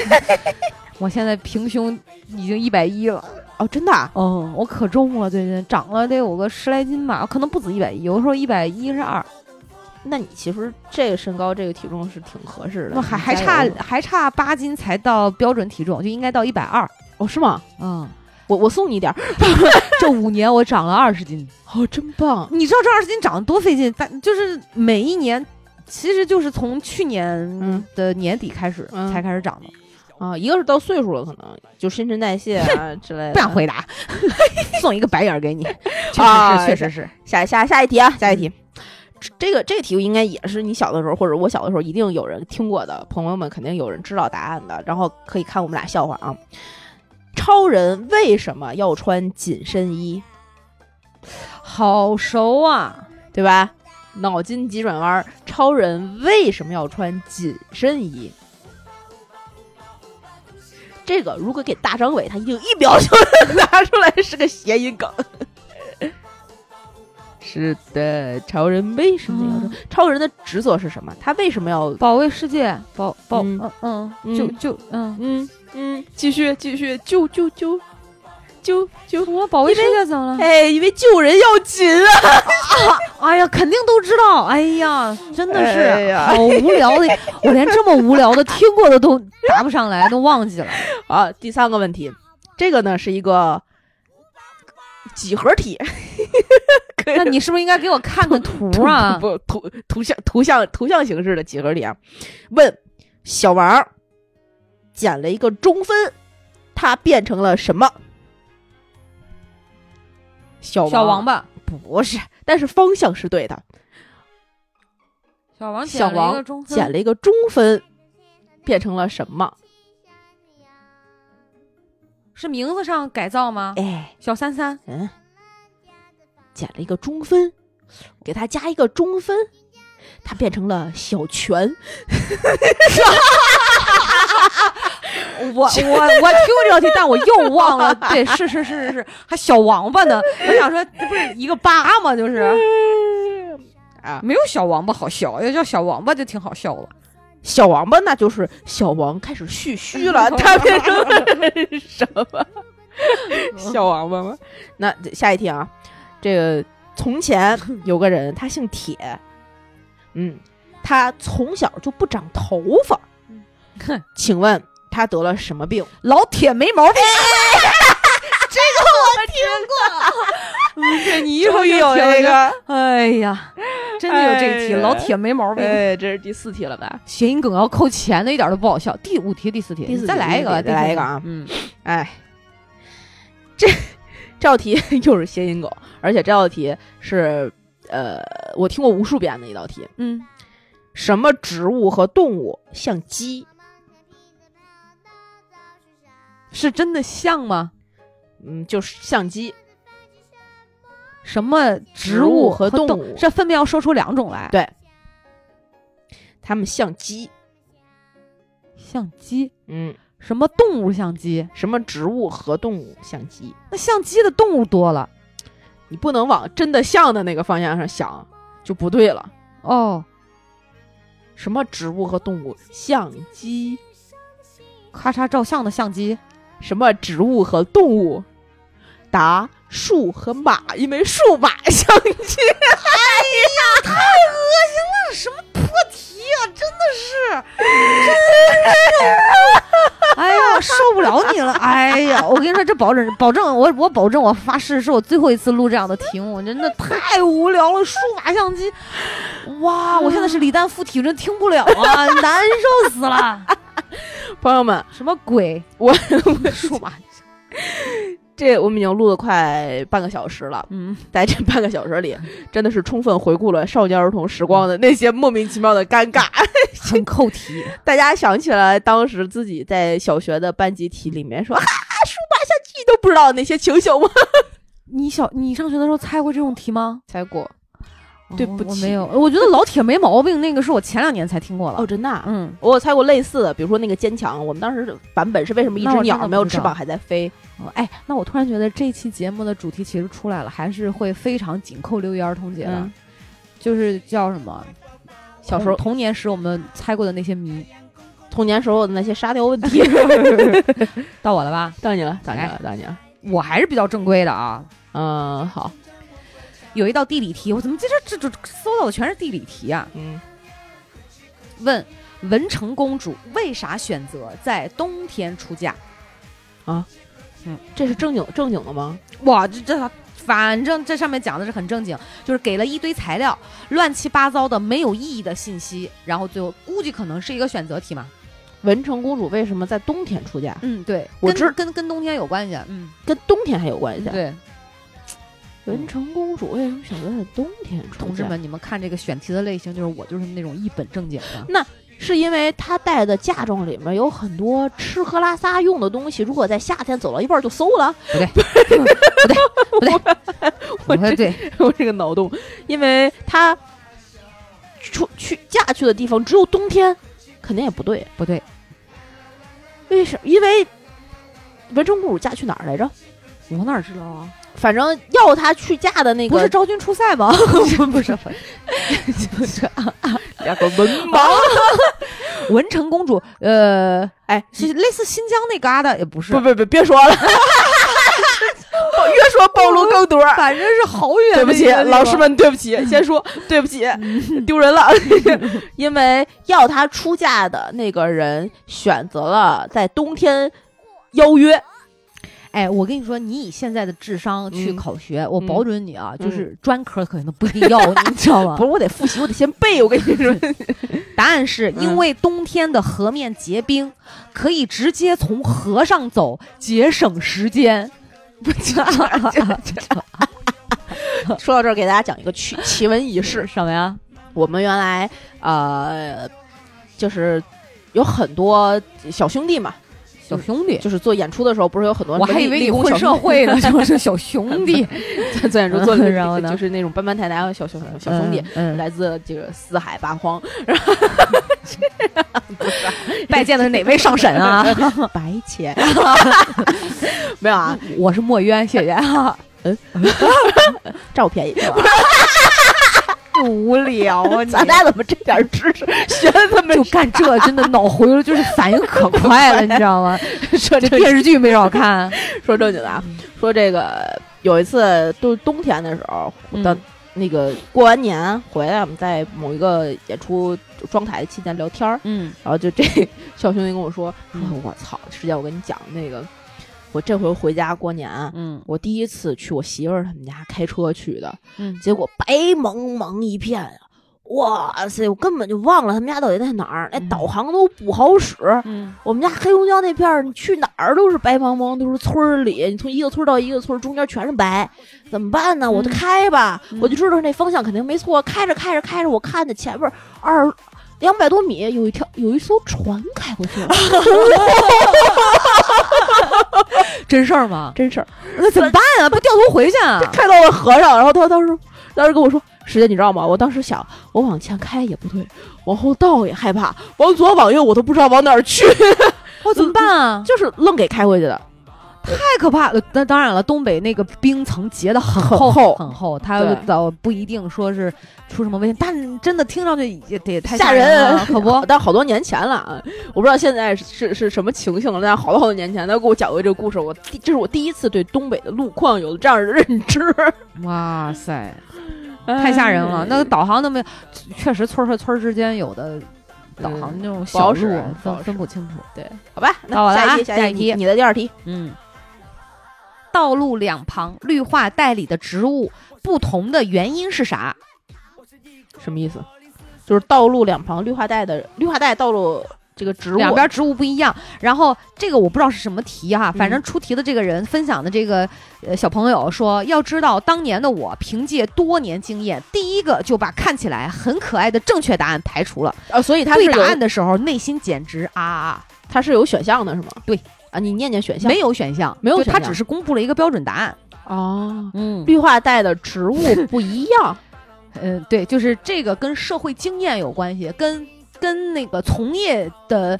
S2: 我现在平胸已经一百一了，
S1: 哦， 真的啊？
S2: 嗯，我可重了，最近长了得有个十来斤吧，可能不止一百一，有的时候一百一十二，
S1: 那你其实这个身高、这个体重是挺合适的。
S2: 那还
S1: 你
S2: 还
S1: 加
S2: 差
S1: 油
S2: 还差八斤才到标准体重，就应该到一百二。
S1: 哦？是吗？
S2: 嗯，
S1: 我我送你一点儿。
S2: 这五年我长了二十斤，
S1: 哦，真棒！
S2: 你知道这二十斤长得多费劲，但就是每一年，其实就是从去年
S1: 嗯
S2: 的年底开始、
S1: 嗯
S2: 才开始长的。
S1: 啊，一个是到岁数了，可能就新陈代谢啊之 类的。
S2: 不想回答， 送一个白眼儿给你。 确实
S1: 啊
S2: 是，确实是。
S1: 下下下一题啊，下一题。这这个这个题目应该也是你小的时候，或者我小的时候一定有人听过的，朋友们肯定有人知道答案的，然后可以看我们俩笑话啊。超人为什么要穿紧身衣，
S2: 好熟啊！
S1: 对吧？脑筋急转弯儿，超人为什么要穿紧身衣？这个如果给大张伟，他一定一秒就 能拿出来是个谐音梗。 是的，超人为什么要穿？
S2: 嗯
S1: 超人的职责是什么？他为什么要？
S2: 保卫世界，保保
S1: 嗯
S2: 嗯嗯，
S1: 嗯
S2: 就就嗯，
S1: 嗯嗯，继续继续，救救救救救！
S2: 什么保卫世界怎么了？
S1: 哎，因为救人要紧啊！
S2: 哎呀，肯定都知道。哎呀，真的
S1: 哎
S2: 是
S1: 呀
S2: 好无聊的， 我连这么无聊的听过的都答不上来，都忘记了。
S1: 好，啊第三个问题，这个呢是一个几何体，可以
S2: 那你是不是应该给我看个 图 啊？
S1: 不不图图像图像图像形式的几何体啊？问小王儿减了一个中分，它变成了什么？小王
S2: 小王八，
S1: 不是，但是方向是对的。
S2: 小王捡
S1: 小
S2: 了一
S1: 王
S2: 个中分
S1: 减了一个中分，变成了什么？
S2: 是名字上改造吗？
S1: 哎，
S2: 小三三，
S1: 嗯，减了一个中分，给它加一个中分，他变成了小泉，
S2: 我我我听这道题，但 我又忘了。对，是是是是是，还小王八呢？我想说，这不是一个八吗？就是
S1: 啊，
S2: 没有小王八好笑，要叫小王八就挺好笑 了。
S1: 小王八那就是小王开始蓄须了，他变成了什么小王八吗？那下一题啊，这个从前有个人，他姓铁，嗯，他从小就不长头发，请问他得了什么病？
S2: 老铁没毛病。
S1: 哎
S2: 这个我听过。对，你一会儿就听
S1: 这
S2: 着。
S1: 个，
S2: 哎呀，真的有这一题，
S1: 哎呀
S2: 老铁没毛病。
S1: 哎，这是第四题了吧？
S2: 谐音梗要扣钱的，一点都不好笑。第五题、第四题，
S1: 第四题
S2: 再来一个吧，
S1: 再来一个
S2: 第四题
S1: 啊
S2: 嗯，
S1: 哎，这这道题 又是谐音梗，而且这道题是呃，我听过无数遍的一道题。
S2: 嗯，
S1: 什么植物和动物像鸡？
S2: 是真的像吗？
S1: 嗯，就是像鸡。
S2: 什么
S1: 植
S2: 植
S1: 物
S2: 物
S1: 和
S2: 动
S1: 动物
S2: 这分别要说出两种来。
S1: 对它们像鸡。
S2: 像鸡，
S1: 嗯，
S2: 什么动物像鸡？
S1: 什么植物和动物像鸡？
S2: 那像鸡的动物多了
S1: 你不能往真的像的那个方向上想，就不对了。
S2: 哦。
S1: 什么植物和动物像鸡？
S2: 咔嚓照相的相机，
S1: 什么植物和动物？答树和马，因为树马像鸡。
S2: 那什么破题啊！真的是，真的，哎呀，受不了你了！ 哎呀，我跟你说，这保证保证，我我保证，我发誓，是我最后一次录这样的题目，真的太无聊了。数码相机，哇，我现在是李诞附体，真听不了啊， 难受死了！
S1: 朋友们，
S2: 什么鬼？
S1: 我
S2: 数码，
S1: 这我们已经录了快半个小时了。
S2: 嗯，
S1: 在这半个小时里，真的是充分回顾了少年儿童时光的那些莫名其妙的尴尬。
S2: 很扣题。
S1: 大家想起来当时自己在小学的班级体里面说啊，书法下鸡都不知道那些情形吗？
S2: 你小你上学的时候猜过这种题吗？
S1: 猜过
S2: 哦
S1: 对不
S2: 我
S1: 起
S2: 没有。我觉得老铁没毛病，那个是我前两年才听过了。
S1: 哦，真的啊、
S2: 嗯，
S1: 我有猜过类似的，比如说那个坚强，我们当时的版本是为什么一
S2: 那
S1: 只
S2: 我真
S1: 鸟
S2: 的
S1: 没有
S2: 不知
S1: 翅
S2: 道
S1: 膀还在飞？
S2: 哦哎，那我突然觉得这期节目的主题其实出来了，还是会非常紧扣六一儿童节的，
S1: 嗯
S2: 就是叫什么？
S1: 小时候
S2: 童童年时我们猜过的那些谜，
S1: 童年时候的那些沙雕问 题，
S2: 到我了吧？
S1: 到你了，到你了，到你了。
S2: 我还是比较正规的啊。
S1: 嗯，好，
S2: 有一道地理题，我怎么这这这这搜到的全是地理题啊？
S1: 嗯，
S2: 问文成公主为啥选择在冬天出嫁？
S1: 这是正经正经的吗？
S2: 哇，这这，反正这上面讲的是很正经，就是给了一堆材料，乱七八糟的没有意义的信息，然后最后估计可能是一个选择题嘛。
S1: 文成公主为什么在冬天出嫁？
S2: 嗯，对，
S1: 我
S2: 跟
S1: 知
S2: 跟跟冬天有关系。嗯，
S1: 跟冬天还有关系啊？
S2: 对，
S1: 文成公主为什么选择在冬天出嫁？
S2: 同志们，你们看这个选题的类型，就是我就是那种一本正经的。
S1: 是因为她带的嫁妆里面有很多吃喝拉撒用的东西，如果在夏天走到一半就馊了，我
S2: 我说对，
S1: 我这个脑洞，因为她出去嫁去的地方只有冬天，肯定也不对。
S2: 不对？
S1: 为什么？因为文成公主嫁去哪儿来着？
S2: 我哪知道啊？
S1: 反正要她去嫁的那个
S2: 不是昭君出塞吗？ 不是，不是，
S1: 嫁个文盲，
S2: 文成公主，呃，
S1: 哎，
S2: 是类似新疆那旮瘩，也不是
S1: 不，不不，别说了， 越说暴露更多。
S2: 反正是好远。
S1: 对不起，老师，们，对不 起，先说对不起，丢人 了。因为要他出嫁的那个人选择了在冬天邀约，
S2: 哎，我跟你说，你以现在的智商去
S1: 嗯
S2: 考学，我
S1: 嗯
S2: 保准你啊，就是专科可能不一定要你，你知道吗
S1: 不？是我得复习，我得先背。我跟你说，
S2: 答案是
S1: 嗯
S2: 因为冬天的河面结冰，可以直接从河上走，节省时间。不知道
S1: 说到这儿，给大家讲一个奇 奇闻异事
S2: 是。什么呀？
S1: 我们原来呃，就是有很多小兄弟嘛，
S2: 小兄弟。
S1: 就是做演出的时候，不是有很多
S2: 我
S1: 什么
S2: 还以为
S1: 立
S2: 你
S1: 立功
S2: 混
S1: 小
S2: 社
S1: 兄弟
S2: 会呢，就是小兄弟，嗯
S1: 做演出做
S2: 然后呢
S1: 就是那种搬搬抬抬小小小兄弟，
S2: 嗯，嗯
S1: 来自这个四海八荒，
S2: 拜见的是哪位上神啊？
S1: 白 钱没有啊，
S2: 我是墨渊，谢谢啊。
S1: 占我便宜。
S2: 无聊 啊，
S1: 咱俩怎么这点知 识学的这么
S2: 就干这，真的脑回路就是反应可快了，你知道吗？
S1: 说
S2: 这
S1: 这
S2: 电视剧没少看。嗯
S1: 说正经的啊，说这个有一次都是冬天的时候，
S2: 嗯
S1: 到那个过完年回来，我们在某一个演出装台的期间聊天儿，
S2: 嗯，
S1: 然后就这小兄弟跟我说：“说
S2: 嗯
S1: 我操，师姐，我跟你讲那个，我这回回家过年啊，
S2: 嗯
S1: 我第一次去我媳妇儿他们家开车去的，
S2: 嗯
S1: 结果白蒙蒙一片啊。”哇塞！我根本就忘了他们家到底在哪儿，那
S2: 嗯
S1: 导航都不好使。
S2: 嗯
S1: 我们家黑龙江那片儿，你去哪儿都是白茫茫，都是村儿里，你从一个村儿到一个村儿，中间全是白，怎么办呢？我就
S2: 嗯
S1: 开吧，
S2: 嗯
S1: 我就知道那方向肯定没错。开着开着开着，我看着前面二两百多米有一条有一艘船开过去了，
S2: 真事儿吗？
S1: 真事儿。
S2: 那怎么办啊？ 不掉头回去啊？
S1: 开到我和尚，然后他当时当时跟我说：“师姐，你知道吗？我当时想，我往前开也不对，往后倒也害怕，往左往右我都不知道往哪儿去，
S2: 我怎么办啊？
S1: 就是愣给开回去的。
S2: 太可怕了！当当然了，东北那个冰层结的很
S1: 很
S2: 厚
S1: 厚
S2: 很厚，它
S1: 对
S2: 倒不一定说是出什么危险，但真的听上去也得太
S1: 吓
S2: 人了，
S1: 人？
S2: 可不
S1: 哦但好多年前了啊，我不知道现在是是是什么情形了。但好多好多年前，他给我讲过这个故事，我第这是我第一次对东北的路况有了这样的认 知，
S2: 哇塞，
S1: 哎
S2: 太吓人了！那个导航都没，确实村儿和村儿之间有的导航那种
S1: 不
S2: 小
S1: 好
S2: 路啊
S1: 使不
S2: 分
S1: 好使
S2: 分不清楚。
S1: 好吧？那
S2: 到我了
S1: 下
S2: 啊
S1: 一题，
S2: 下
S1: 一
S2: 一
S1: 题，
S2: 题
S1: 你的第二题，
S2: 嗯，道路两旁绿化带里的植物不同的原因是啥？
S1: 什么意思？就是道路两旁绿化带的绿化带道路这个植物
S2: 两边植物不一样。然后这个我不知道是什么题哈，
S1: 嗯
S2: 反正出题的这个人分享的这个呃小朋友说，要知道当年的我凭借多年经验，第一个就把看起来很可爱的正确答案排除了。
S1: 啊，所以它是
S2: 对答
S1: 有
S2: 案的时候，内心简直啊啊，
S1: 它是有选项的，是吗？
S2: 对
S1: 啊，你念念选项
S2: 没有选项，
S1: 没有
S2: 就
S1: 选
S2: 他
S1: 项
S2: 只是公布了一个标准答案。
S1: 哦。
S2: 嗯
S1: 绿化带的植物不一样，
S2: 嗯，对，就是这个跟社会经验有关系，跟跟那个从业的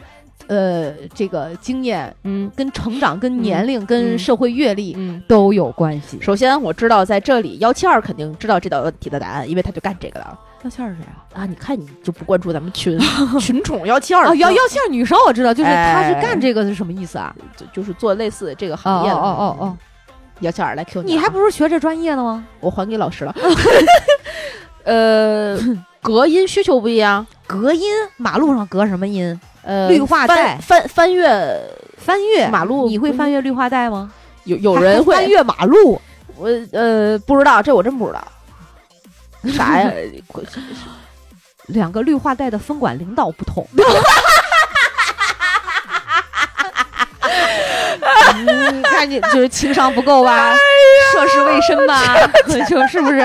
S2: 呃这个经验。
S1: 嗯
S2: 跟成长、跟
S1: 嗯
S2: 年龄、跟
S1: 嗯
S2: 社会阅历
S1: 嗯。
S2: 都有关系。
S1: 首先我知道在这里幺七二肯定知道这道题的答案，因为他就干这个的。
S2: 幺七二是谁啊？
S1: 啊，你看你就不关注咱们 群群宠幺七二
S2: 哦，幺幺七二女生我知道，就是她是
S1: 哎
S2: 干这个是什么意思啊？
S1: 就是做类似这个
S2: 哦
S1: 行
S2: 哦
S1: 业的嗯
S2: 哦哦哦，
S1: 幺七二来 Q
S2: 你
S1: 啊
S2: 还不是学这专业的吗？
S1: 我还给老 师了， 呃，隔音需求不一样，
S2: 隔音，马路上隔什么音？
S1: 呃，
S2: 绿化
S1: 翻
S2: 带
S1: 翻翻越
S2: 翻越
S1: 马路
S2: 你会翻越绿化带吗？
S1: 有有人
S2: 还翻
S1: 会，
S2: 越马路，
S1: 我呃不知道，这我真不知 道，啥呀？
S2: 两个绿化带的分管领导不 同。你嗯看你就是情商不够吧，涉世未深吧， 就是不是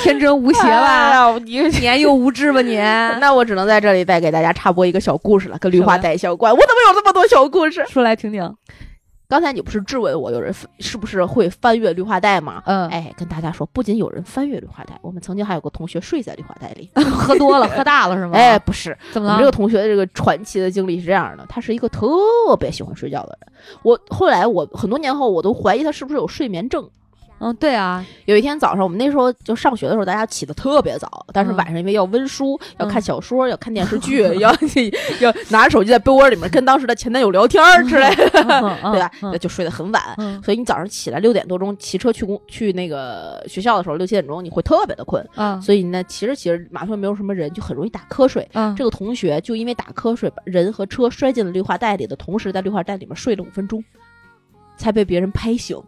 S2: 天真无邪
S1: 哎
S2: 吧，
S1: 呀你
S2: 年幼无知吧 你？
S1: 那我只能在这里再给大家插播一个小故事了，跟绿化
S2: 什么
S1: 带相关。我怎么有这么多小故事？
S2: 说来听听。
S1: 刚才你不是质问我有人是不是会翻越绿化带吗？
S2: 嗯，
S1: 哎，跟大家说，不仅有人翻越绿化带，我们曾经还有个同学睡在绿化带里。
S2: 喝 多了，喝大了是吗？
S1: 哎，，不是，
S2: 怎
S1: 我们
S2: 么了？
S1: 这个同学的这个传奇的经历是这样的，他是一个特别喜欢睡觉的人。我后来我很多年后，我都怀疑他是不是有睡眠症。
S2: 嗯，对啊，
S1: 有一天早上，我们那时候就上学的时候，大家起的特别早，但是
S2: 嗯
S1: 晚上因为要温书、要
S2: 嗯
S1: 看小说、要看电视剧，要要拿着手机在被窝里面跟当时的前男友聊天儿之类的， 对
S2: 对
S1: 吧？就睡得很晚。
S2: 嗯
S1: 所以你早上起来六点多钟骑车去公去那个学校的时候，六七点钟你会特别的困，
S2: 嗯
S1: 所以呢，骑着骑着马路上没有什么人，就很容易打瞌睡。
S2: 嗯，
S1: 这个同学就因为打瞌睡，把人和车摔进了绿化带里的同时，在绿化带里面睡了五分钟，才被别人拍醒。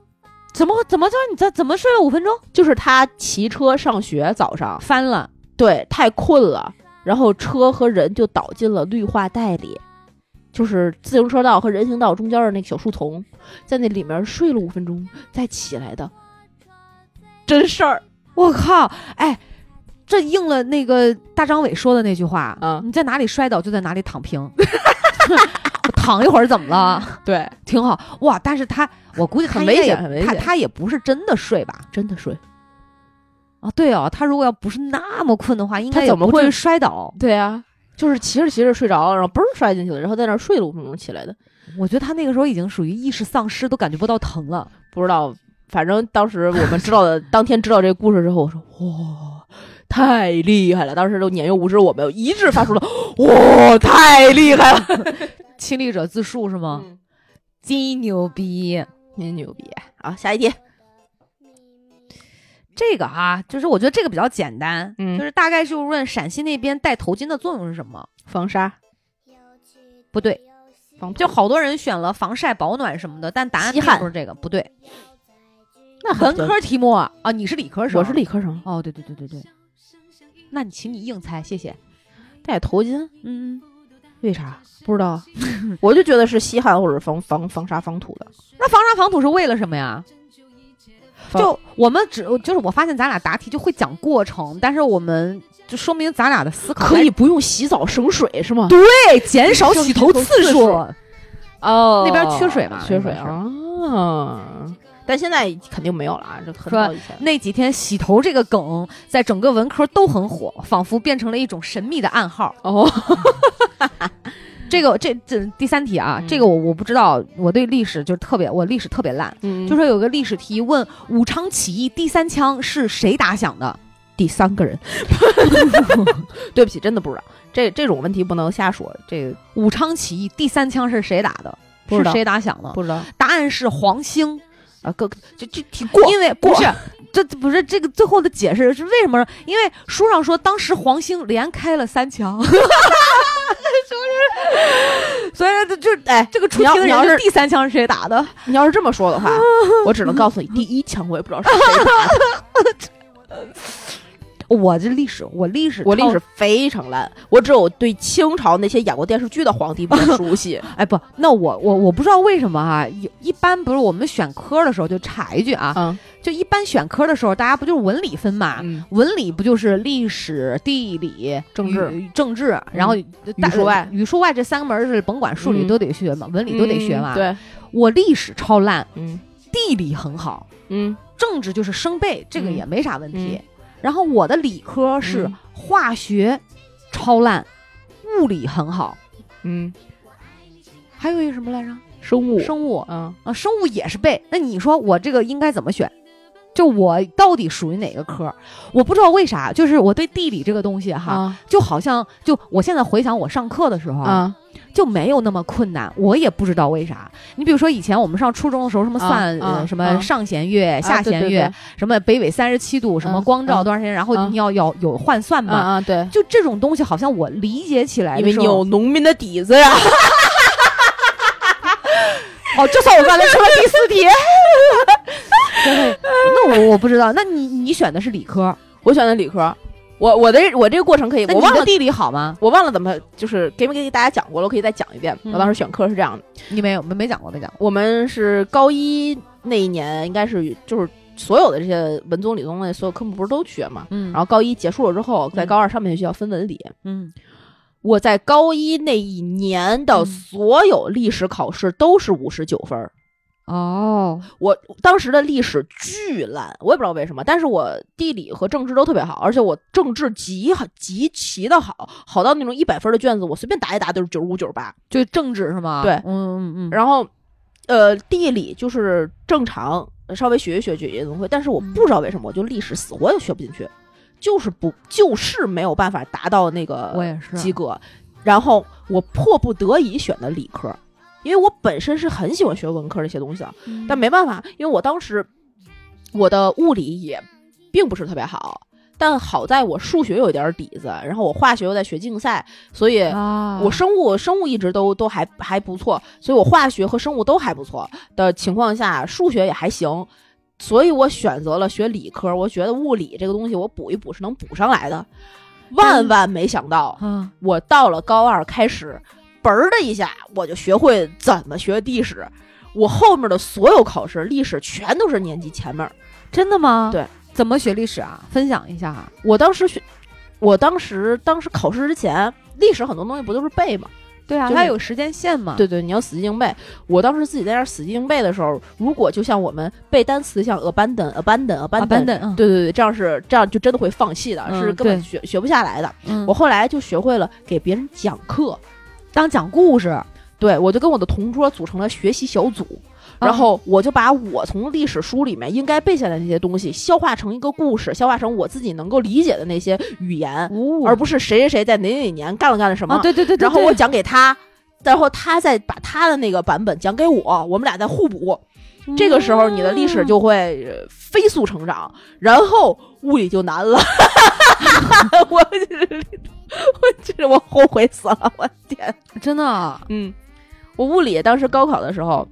S2: 怎么怎么叫你这怎么睡了五分钟？
S1: 就是他骑车上学早上，
S2: 翻了，
S1: 对，太困了，然后车和人就倒进了绿化带里，就是自行车道和人行道中间的那个小树丛，在那里面睡了五分钟，再起来的，真事儿
S2: 我靠！哎，这应了那个大张伟说的那句话
S1: 啊
S2: 你在哪里摔倒就在哪里躺平。 躺一会儿怎么了？
S1: 对，
S2: 挺好哇！但是他，我估计他
S1: 很
S2: 应该
S1: 危险
S2: 也
S1: 很危
S2: 他
S1: 险
S2: 他也不是真的睡吧？
S1: 真的睡。
S2: 啊，对哦，他如果要不是那么困的话，应
S1: 他
S2: 该也
S1: 怎么
S2: 不至
S1: 会
S2: 于摔倒？
S1: 对啊，就是骑着骑着睡着了，然后嘣儿摔进去了，然后在那儿睡了五分钟起来的，
S2: 我觉得他那个时候已经属于意识丧失，都感觉不到疼了。
S1: 不知道。反正当时我们知道的，当天知道这个故事之后，我说哇，太厉害了！当时都年幼无知，我们一致发出了哇，太厉害了，
S2: 亲历者自述是吗？
S1: 嗯，
S2: 真牛逼！
S1: 真牛逼啊！下一题，
S2: 这个啊，就是我觉得这个比较简单，
S1: 嗯
S2: 就是大概就是问陕西那边戴头巾的作用是什么？
S1: 防沙
S2: 不对，
S1: 防
S2: 就好多人选了防晒、保暖什么的，但答案
S1: 吸
S2: 并
S1: 汗
S2: 不是这个，不对。
S1: 那
S2: 文科题目啊，啊你是理科生，
S1: 我是理科生，
S2: 哦，对对对对对，那你请你硬猜，谢谢。
S1: 戴头巾
S2: 嗯，
S1: 为啥？不知道啊，我就觉得是吸汗或者防防防沙防土的。
S2: 那防沙防土是为了什么呀？
S1: 防
S2: 就我们只就是我发现咱俩答题就会讲过程，但是我们就说明咱俩的思考
S1: 可以不用洗澡省水是吗？
S2: 对减少洗头次
S1: 洗头次
S2: 数
S1: 数。哦
S2: 那边缺水嘛
S1: 缺水
S2: 那边
S1: 啊。但现在肯定没有了啊，这很
S2: 说
S1: 早以前。
S2: 那几天洗头这个梗在整个文科都很火，仿佛变成了一种神秘的暗号。
S1: 哦，
S2: 这个这这第三题啊，
S1: 嗯
S2: 这个我我不知道，我对历史就是特别，我历史特别烂。
S1: 就
S2: 就是是有个历史题问武昌起义第三枪是谁打响的？
S1: 第三个人。对不起，真的不知道。这这种问题不能瞎说，这个
S2: 武昌起义第三枪是谁打的？
S1: 不
S2: 是
S1: 知道
S2: 谁打响的？
S1: 不知道
S2: 答案是黄兴，
S1: 啊。各就就挺过
S2: 因为
S1: 过
S2: 不是，这这不是这个最后的解释是为什么？因为书上说当时黄兴连开了三枪， 是不是？所以就就
S1: 哎，
S2: 这个出题的
S1: 你要你要
S2: 人就是第三枪是谁打的？
S1: 你要是这么说的话，我只能告诉你，第一枪我也不知道是谁打的。
S2: 我这历史，我历史，
S1: 我历史，非常烂，我只有对清朝那些演过电视剧的皇帝比较熟 悉。啊
S2: 哎不，那我我我不知道为什么啊，有一般不是我们选科的时候就插一句啊，
S1: 嗯
S2: 就一般选科的时候，大家不就是文理分嘛？
S1: 嗯，
S2: 文理不就是历史、地理、
S1: 政治嗯
S2: 语、政治，然后
S1: 语数外
S2: 语数外这三个门儿是甭管数理
S1: 嗯
S2: 都得学嘛，文理都得学嘛。
S1: 嗯，对，
S2: 我历史超烂，
S1: 嗯
S2: 地理很好，
S1: 嗯，
S2: 政治就是生背，这个
S1: 嗯
S2: 也没啥问题。
S1: 嗯
S2: 然后我的理科是
S1: 嗯
S2: 化学超烂，物理很好，
S1: 嗯，
S2: 还有一个什么来着？
S1: 生物，
S2: 生物
S1: 嗯，
S2: 啊，生物也是背。那你说我这个应该怎么选？就我到底属于哪个科儿？我不知道为啥，就是我对地理这个东西哈，
S1: 啊
S2: 就好像就我现在回想我上课的时候，
S1: 啊，
S2: 就没有那么困难。我也不知道为啥。你比如说以前我们上初中的时候，什么
S1: 啊
S2: 算、
S1: 啊
S2: 呃什么
S1: 啊
S2: 上弦月、下
S1: 啊对
S2: 弦
S1: 对
S2: 月，
S1: 对
S2: 什么北纬三十七度，什么
S1: 嗯
S2: 光照
S1: 嗯
S2: 多长时间，然后
S1: 嗯
S2: 你要、要有换算
S1: 啊
S2: 嘛。
S1: 啊，对，
S2: 就这种东西，好像我理解起来
S1: 因
S2: 的
S1: 为
S2: 时
S1: 你
S2: 候，
S1: 有农民的底子呀。
S2: 哦，就算我刚才说了第四 题，那我我不知道，那你你选的是理科，
S1: 我选的理科，我我的我这个过程可以，
S2: 那
S1: 我
S2: 你
S1: 忘
S2: 的
S1: 了。
S2: 地理好吗？
S1: 我忘了怎么就是给没给大家讲过了，我可以再讲一遍。
S2: 嗯
S1: 我当时选科是这样的，
S2: 你没有没没讲过没讲过，
S1: 我们是高一那一年，应该是就是所有的这些文综、理综类所有科目不是都学嘛？
S2: 嗯
S1: 然后高一结束了之后，在
S2: 嗯
S1: 高二上半学期要分文理。
S2: 嗯，
S1: 我在高一那一年
S2: 嗯
S1: 的所有历史考试都是五十九分儿，
S2: 哦，
S1: 我当时的历史巨烂，我也不知道为什么，但是我地理和政治都特别好，而且我政治极好极其的好，好到那种一百分的卷子，我随便答一答都是九十五、九十八。
S2: 就政治是吗？
S1: 对
S2: 嗯嗯嗯，
S1: 然后，呃，地理就是正常稍微学一学就也能会，但是我
S2: 嗯
S1: 不知道为什么，我就历史死活也学不进去，就是不就是没有办法达到那个
S2: 我也是
S1: 及格。然后我迫不得已选的理科，因为我本身是很喜欢学文科这些东西的，
S2: 嗯
S1: 但没办法，因为我当时我的物理也并不是特别好，但好在我数学有一点儿底子，然后我化学又在学竞赛，所以
S2: 啊，
S1: 我生物生物一直都都还还不错，所以我化学和生物都还不错的情况下，数学也还行，所以我选择了学理科。我觉得物理这个东西我补一补是能补上来的，
S2: 嗯
S1: 万万没想到，
S2: 啊，
S1: 我到了高二开始，嘣儿的一下我就学会怎么学历史。我后面的所有考试，历史全都是年级前面儿。
S2: 真的吗？
S1: 对，
S2: 怎么学历史啊？分享一下啊。
S1: 我当时学，我当时当时考试之前，历史很多东西不都是背吗？
S2: 对啊，
S1: 就是
S2: 它有时间线嘛。
S1: 对对，你要死记硬背。我当时自己在那儿死记硬背的时候，如果就像我们背单词，像 abandon、abandon、
S2: 啊，班
S1: abandon，
S2: 等，嗯
S1: 对对对，这样是这样就真的会放弃的，
S2: 嗯
S1: 是根本
S2: 对
S1: 学学不下来的。
S2: 嗯
S1: 我后来就学会了给别人讲课，
S2: 当讲故事，
S1: 对我就跟我的同桌组成了学习小组。然后我就把我从历史书里面应该背下来的那些东西，消化成一个故事，消化成我自己能够理解的那些语言，
S2: 哦
S1: 而不是谁谁谁在哪哪年干了干了什么
S2: 啊，，对对对对，
S1: 然后
S2: 对
S1: 我讲给他，然后他再把他的那个版本讲给我，我们俩再互补。这个时候你的历史就会呃飞速成长，然后物理就难了。我就是我就是我后悔死了，我天！
S2: 嗯真的，
S1: 嗯，我物理当时高考的时候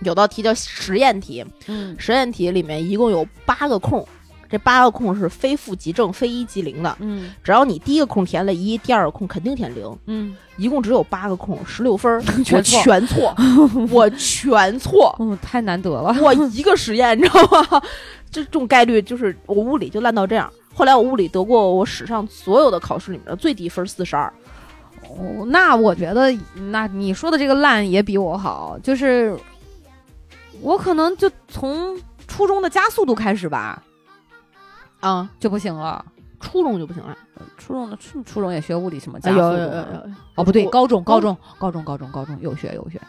S1: 有道题叫实验题，
S2: 嗯
S1: 实验题里面一共有八个空，这八个空是非负即正、非一即零的。
S2: 嗯
S1: 只要你第一个空填了一，第二个空肯定填零，
S2: 嗯
S1: 一共只有八个空，十六分儿，我
S2: 全错
S1: 全 错，我全 错，
S2: 嗯，太难得了，
S1: 我一个实验，你知道吗？ 这种概率就是我物理就烂到这样。后来我物理得过我史上所有的考试里面的最低分四十二，
S2: 哦那我觉得，那你说的这个烂也比我好，就是我可能就从初中的加速度开始吧
S1: 啊，
S2: 就不行了。
S1: 初中就不行了。
S2: 初中的初初中也学物理什么
S1: 哎
S2: 加
S1: 呦
S2: 速
S1: 有
S2: 度
S1: 有
S2: 呢、
S1: 有，
S2: 哦不对，
S1: 我
S2: 高中高中高中高中高中有学有学，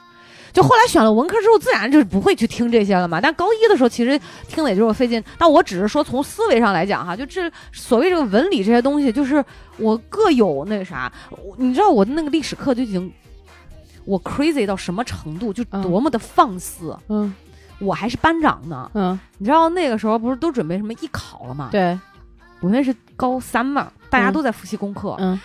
S2: 就后来选了文科之后，自然就是不会去听这些了嘛。但高一的时候其实听的也就是费劲。但我只是说从思维上来讲哈，就这所谓这个文理这些东西，就是我各有那个啥，我你知道我的那个历史课就已经。我 crazy 到什么程度，就
S1: 嗯
S2: 多么的放肆！
S1: 嗯
S2: 我还是班长呢，
S1: 嗯，
S2: 你知道那个时候不是都准备什么艺考了嘛？
S1: 对，
S2: 我那是高三嘛，大家
S1: 嗯
S2: 都在复习功课，
S1: 嗯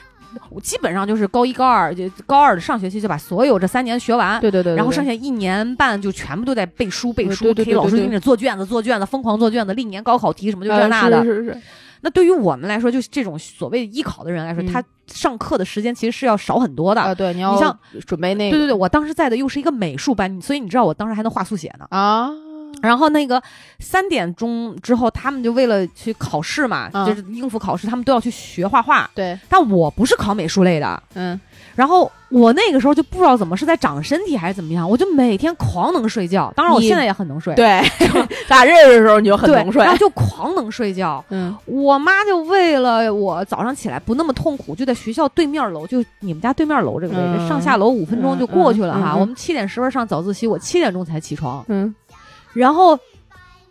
S2: 我基本上就是高一、高二，就高二上学期就把所有这三年学完，
S1: 对对对，
S2: 啊然后剩
S1: 下
S2: 下一年半就全部都在背书、背书，
S1: 对对对
S2: 给老师
S1: 对对
S2: 盯着做卷子、做卷子，疯狂做卷子，历年高考题什么就这那的。
S1: 呃是是是，
S2: 那对于我们来说，就是这种所谓艺考的人来说，
S1: 嗯
S2: 他上课的时间其实是要少很多的。
S1: 啊对，你要
S2: 你像
S1: 准备那
S2: 对
S1: 个
S2: 对对，我当时在的又是一个美术班，所以你知道我当时还能画速写呢。
S1: 啊，
S2: 然后那个三点钟之后，他们就为了去考试嘛，
S1: 嗯
S2: 就是应付考试，他们都要去学画画。
S1: 对，
S2: 但我不是考美术类的，
S1: 嗯
S2: 然后我那个时候就不知道怎么是在长身体还是怎么样，我就每天狂能睡觉。当然，我
S1: 你
S2: 现在也很能睡，
S1: 对， 咱俩认识的时候你就很
S2: 对
S1: 能睡
S2: 然，后就狂能睡觉。
S1: 嗯
S2: 我妈就为了我早上起来不那么痛苦，就在学校对面楼，就你们家对面楼这个位置，
S1: 嗯
S2: 上下楼五分钟就过去了哈。
S1: 嗯嗯嗯嗯
S2: 我们七点十分上早自习，我七点钟才起床。
S1: 嗯
S2: 然后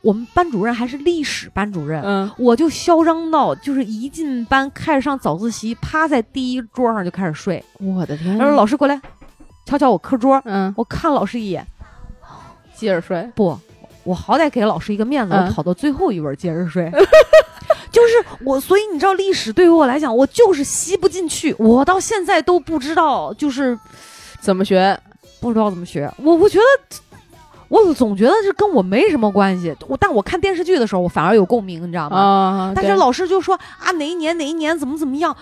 S2: 我们班主任还是历史班主任，
S1: 嗯，
S2: 我就嚣张到就是一进班开始上早自习，趴在第一桌上就开始睡。
S1: 我的天，
S2: 然后老师过来敲敲我课桌，
S1: 嗯，
S2: 我看老师一眼，
S1: 接着睡，
S2: 不，我好歹给老师一个面子，
S1: 嗯
S2: 我考到最后一轮接着睡。 就是我，所以你知道历史对于我来讲，我就是吸不进去，我到现在都不知道，就是
S1: 怎么学？
S2: 不知道怎么学。我我觉得，我总觉得这跟我没什么关系。我但我看电视剧的时候，我反而有共鸣，你知道吗？
S1: 啊，
S2: 但是
S1: 对
S2: 老师就说啊，哪一年哪一年怎么怎么样，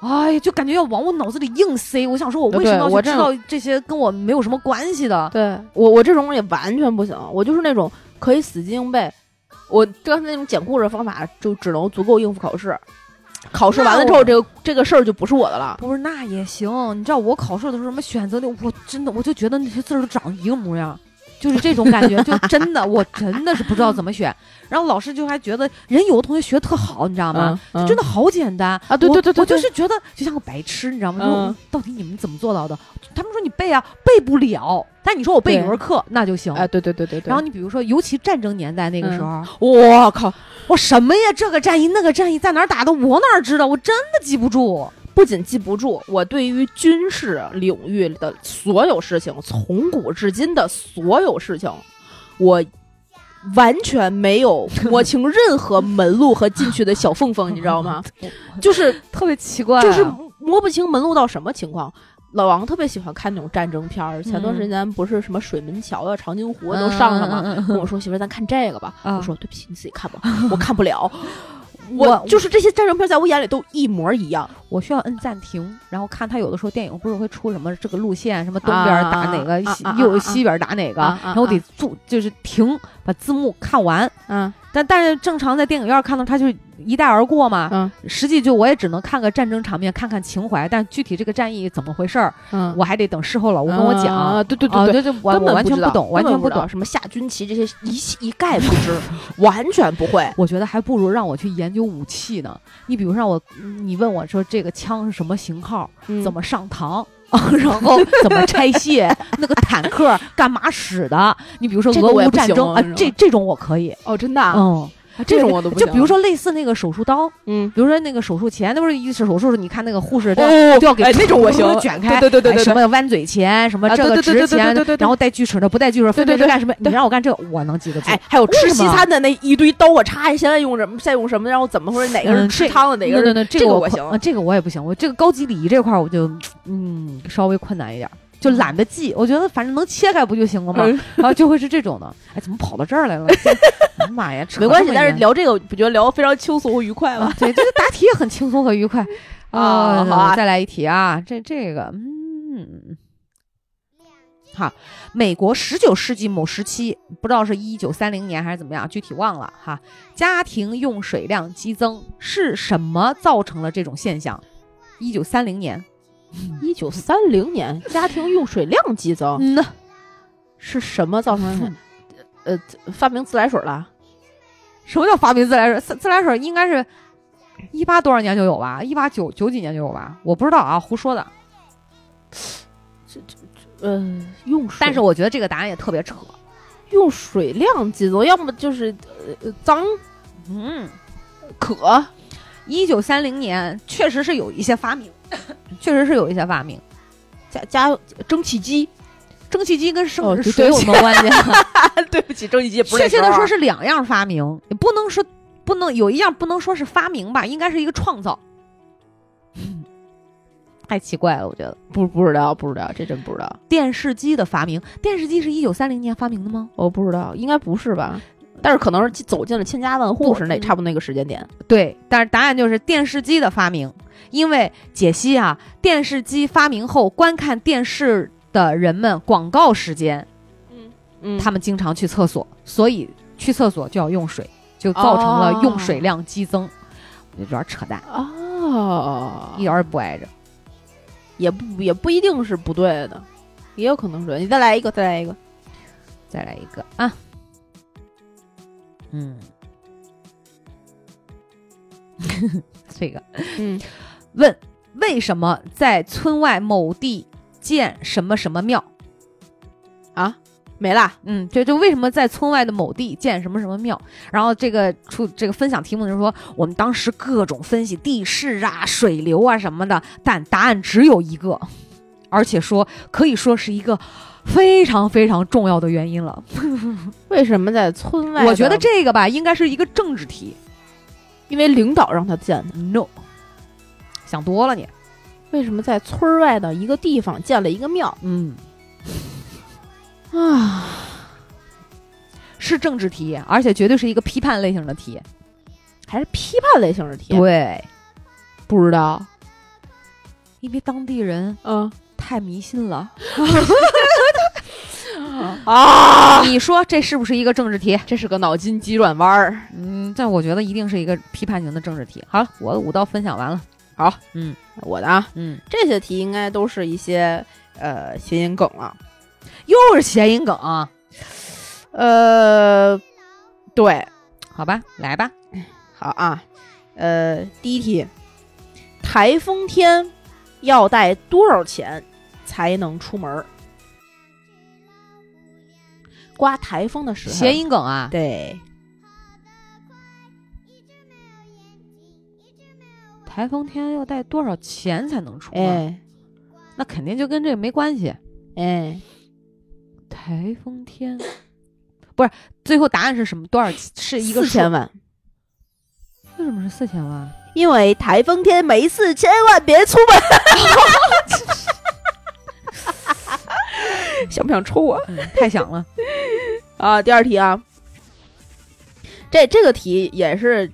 S2: 哎呀，就感觉要往我脑子里硬塞。我想说，我为什
S1: 对
S2: 么要
S1: 我
S2: 去
S1: 这
S2: 知道这些跟我没有什么关系的？
S1: 对我我这种也完全不行，我就是那种可以死记硬背，我刚才那种讲故事的方法就只能足够应付考试，考试完了之
S2: 那
S1: 后，
S2: 我
S1: 这个这个事儿就不是我的了。
S2: 不是那也行，你知道我考试的时候什么选择题，我真的我就觉得那些字儿都长一个模样，就是这种感觉，就真的我真的是不知道怎么选。然后老师就还觉得人有的同学学得特好，你知道吗？
S1: 嗯，
S2: 真的好简单
S1: 啊对
S2: 我
S1: 对对对
S2: 我就
S1: 对
S2: 是觉得就像个白痴，你知道吗？
S1: 嗯
S2: 说到底你们怎么做到的？他们说你背啊，背不了。但你说我背
S1: 对
S2: 语文课那就行
S1: 嗯。哎，对对对对对。嗯
S2: 然后你比如说，尤其战争年代那个时候，
S1: 我靠，
S2: 我什么呀？这个战役那个战役在哪儿打的？我哪儿知道？我真的记不 住。
S1: 不仅记不住，我对于军事领域的所有事情，从古至今的所有事情，我完全没有摸清任何门路和进去的小缝缝，你知道 吗？就是
S2: 特别奇怪啊、
S1: 就是摸不清门路到什么情况。老王特别喜欢看那种战争片儿，前段
S2: 嗯
S1: 时间不是什么水门桥啊、长津湖啊都上了吗？
S2: 嗯嗯嗯嗯
S1: 跟我说媳妇儿，咱看这个吧。
S2: 啊
S1: 我说对不 起，你自己看吧，我看不了。
S2: 我
S1: 就是这些战争片，在我眼里都一模一样，
S2: 我需要摁暂停，然后看他有的时候电影不是会出什么这个路线，什么东边打哪个，
S1: 啊啊
S2: 西
S1: 啊啊
S2: 右
S1: 啊
S2: 西边打哪个，
S1: 啊啊
S2: 然后我得做就是停把字幕看完。
S1: 嗯
S2: 但但是正常在电影院看到他就一带而过嘛，
S1: 嗯
S2: 实际就我也只能看个战争场面，看看情怀，但具体这个战役怎么回事儿，
S1: 嗯，
S2: 我还得等事后老吴跟我讲。
S1: 啊对对
S2: 啊，
S1: 对对。
S2: 对对，我
S1: 根
S2: 我
S1: 本
S2: 完全
S1: 知道
S2: 懂，完
S1: 根
S2: 全
S1: 本不
S2: 懂
S1: 知道。什么下军棋这些一一概不 知，完全不会。
S2: 我觉得还不如让我去研究武器呢。你比如让我，你问我说这个枪是什么型号，怎
S1: 怎么
S2: 么上膛， 然后怎么拆 卸，那个坦克干嘛使的？你比如说
S1: 这
S2: 俄
S1: 个我也
S2: 乌
S1: 不
S2: 战
S1: 行
S2: 争啊
S1: 是吗，
S2: 这这种我可以，
S1: 哦，真的啊，
S2: 嗯。
S1: 这种我都不
S2: 就
S1: 行啊
S2: 比如说类似那个手术刀，
S1: 嗯，
S2: 比如说那个手术钳，那不是一手术时候，你看那个护士都要
S1: 哦
S2: 都要给
S1: 哎那种我行，
S2: 卷开
S1: 对对对
S2: 哎
S1: 对
S2: 什
S1: 对，
S2: 么弯嘴钳，什么
S1: 啊
S2: 这
S1: 对对对
S2: 个直
S1: 对对
S2: 钳
S1: 对对，对
S2: 然后带锯齿的，不带锯齿，分
S1: 对
S2: 别是
S1: 对
S2: 干什么？你
S1: 对
S2: 让我干这个，我能记得住。
S1: 哎，还有吃
S2: 为什
S1: 西
S2: 么
S1: 餐的那一堆刀啊，叉现在用什么，现在用什么，然后怎么回事？哪个
S2: 嗯
S1: 人吃
S2: 这
S1: 汤的，哪个
S2: 对对
S1: 人
S2: 对，
S1: 这
S2: 个
S1: 个
S2: 我
S1: 我
S2: 困
S1: 行
S2: 啊这个我也不行，我这个高级礼仪这块儿我就嗯稍微困难一点儿，就懒得记。我觉得反正能切开不就行了吗？
S1: 嗯
S2: 然后就会是这种的。哎，怎么跑到这儿来了？ 哎呀妈呀，扯
S1: 没关系
S2: 这，么
S1: 但是
S2: 严
S1: 聊这个，不觉得聊得非常轻松和愉快吗
S2: 啊？对，这个答题也很轻松和 愉快。
S1: 啊好啊
S2: 再来一题啊，这这个嗯。好，美国十九世纪某时期，不知道是一九三零年还是怎么样，具体忘了哈。家庭用水量激增是什么造成了这种现象？一九三零年，
S1: 一九三零年，家庭用水量激增
S2: 嗯呐，
S1: 是什么造
S2: 嗯
S1: 成的？呃，发明自来水了？
S2: 什么叫发明自来水？自自来水应该是一八多少年就有吧？一八九九几年就有吧？我不知道啊，胡说的。
S1: 呃，用水，
S2: 但是我觉得这个答案也特别扯。
S1: 用水量激增，要么就是呃脏
S2: 嗯，
S1: 渴，
S2: 一九三零年确实是有一些发明， 确实是有一些发明。
S1: 加加蒸汽机。
S2: 蒸汽机跟生、
S1: 哦对
S2: 水有
S1: 对
S2: 什么关系？ 啊
S1: 对不起，蒸汽机 不是
S2: 确
S1: 那时
S2: 切
S1: 候
S2: 的
S1: 啊
S2: 说是两样发明，也不能说不能有一样不能说是发明吧，应该是一个创造。
S1: 嗯
S2: 太奇怪了，我觉得
S1: 不不知道，不知道，这真不知道，
S2: 电视机的发明，电视机是一九三零年发明的吗？
S1: 我不知道，应该不是吧？但是可能是走进了千家万户
S2: 不
S1: 是那
S2: 嗯
S1: 差不多那个时间点。
S2: 对，但是答案就是电视机的发明，因为解析啊，电视机发明后，观看电视的人们广告时间
S1: 嗯
S2: 他们经常去厕所，所以去厕所就要用水，就造成了用水量激增，有点扯淡，
S1: 哦
S2: 一，点儿也不挨着。
S1: 也不也不一定是不对的，也有可能是对。你再来一个，再来一个。
S2: 再来一个啊，嗯， 这个
S1: 嗯，
S2: 问为什么在村外某地建什么什么庙？
S1: 没啦。
S2: 嗯，这就为什么在村外的某地建什么什么庙？然后这个出这个分享题目就是说，我们当时各种分析地势啊、水流啊什么的，但答案只有一个，而且说可以说是一个非常非常重要的原因了。
S1: 为什么在村外的？
S2: 我觉得这个吧，应该是一个政治题。
S1: 因为领导让他建的。
S2: No，想多了你。
S1: 为什么在村儿外的一个地方建了一个庙
S2: 嗯，
S1: 啊？
S2: 是政治题，而且绝对是一个批判类型的题。
S1: 还是批判类型的题？
S2: 对，
S1: 不知道。
S2: 因为当地人
S1: 嗯
S2: 太迷信了。
S1: 啊，
S2: 你说这是不是一个政治题？
S1: 这是个脑筋急转弯儿。
S2: 嗯，但我觉得一定是一个批判型的政治题。好了，我的五道分享完了。
S1: 我的啊，
S2: 嗯，
S1: 这些题应该都是一些呃谐音梗了。
S2: 又是谐音梗啊？
S1: 呃，对，
S2: 好吧，来吧。
S1: 好啊，呃，第一题，台风天要带多少钱才能出门儿？刮台风的时候，
S2: 谐音梗啊？
S1: 对，
S2: 台风天要带多少钱才能出门？啊
S1: 哎
S2: 那肯定就跟这个没关系。
S1: 哎，
S2: 台风天，不是最后答案是什么？多少是一个
S1: 四
S2: 数
S1: 千？万，
S2: 为什么是四千万？
S1: 因为台风天没事，千万别出门。 想不想抽我
S2: 嗯、太响了。
S1: 啊？第二题啊，这这个题也是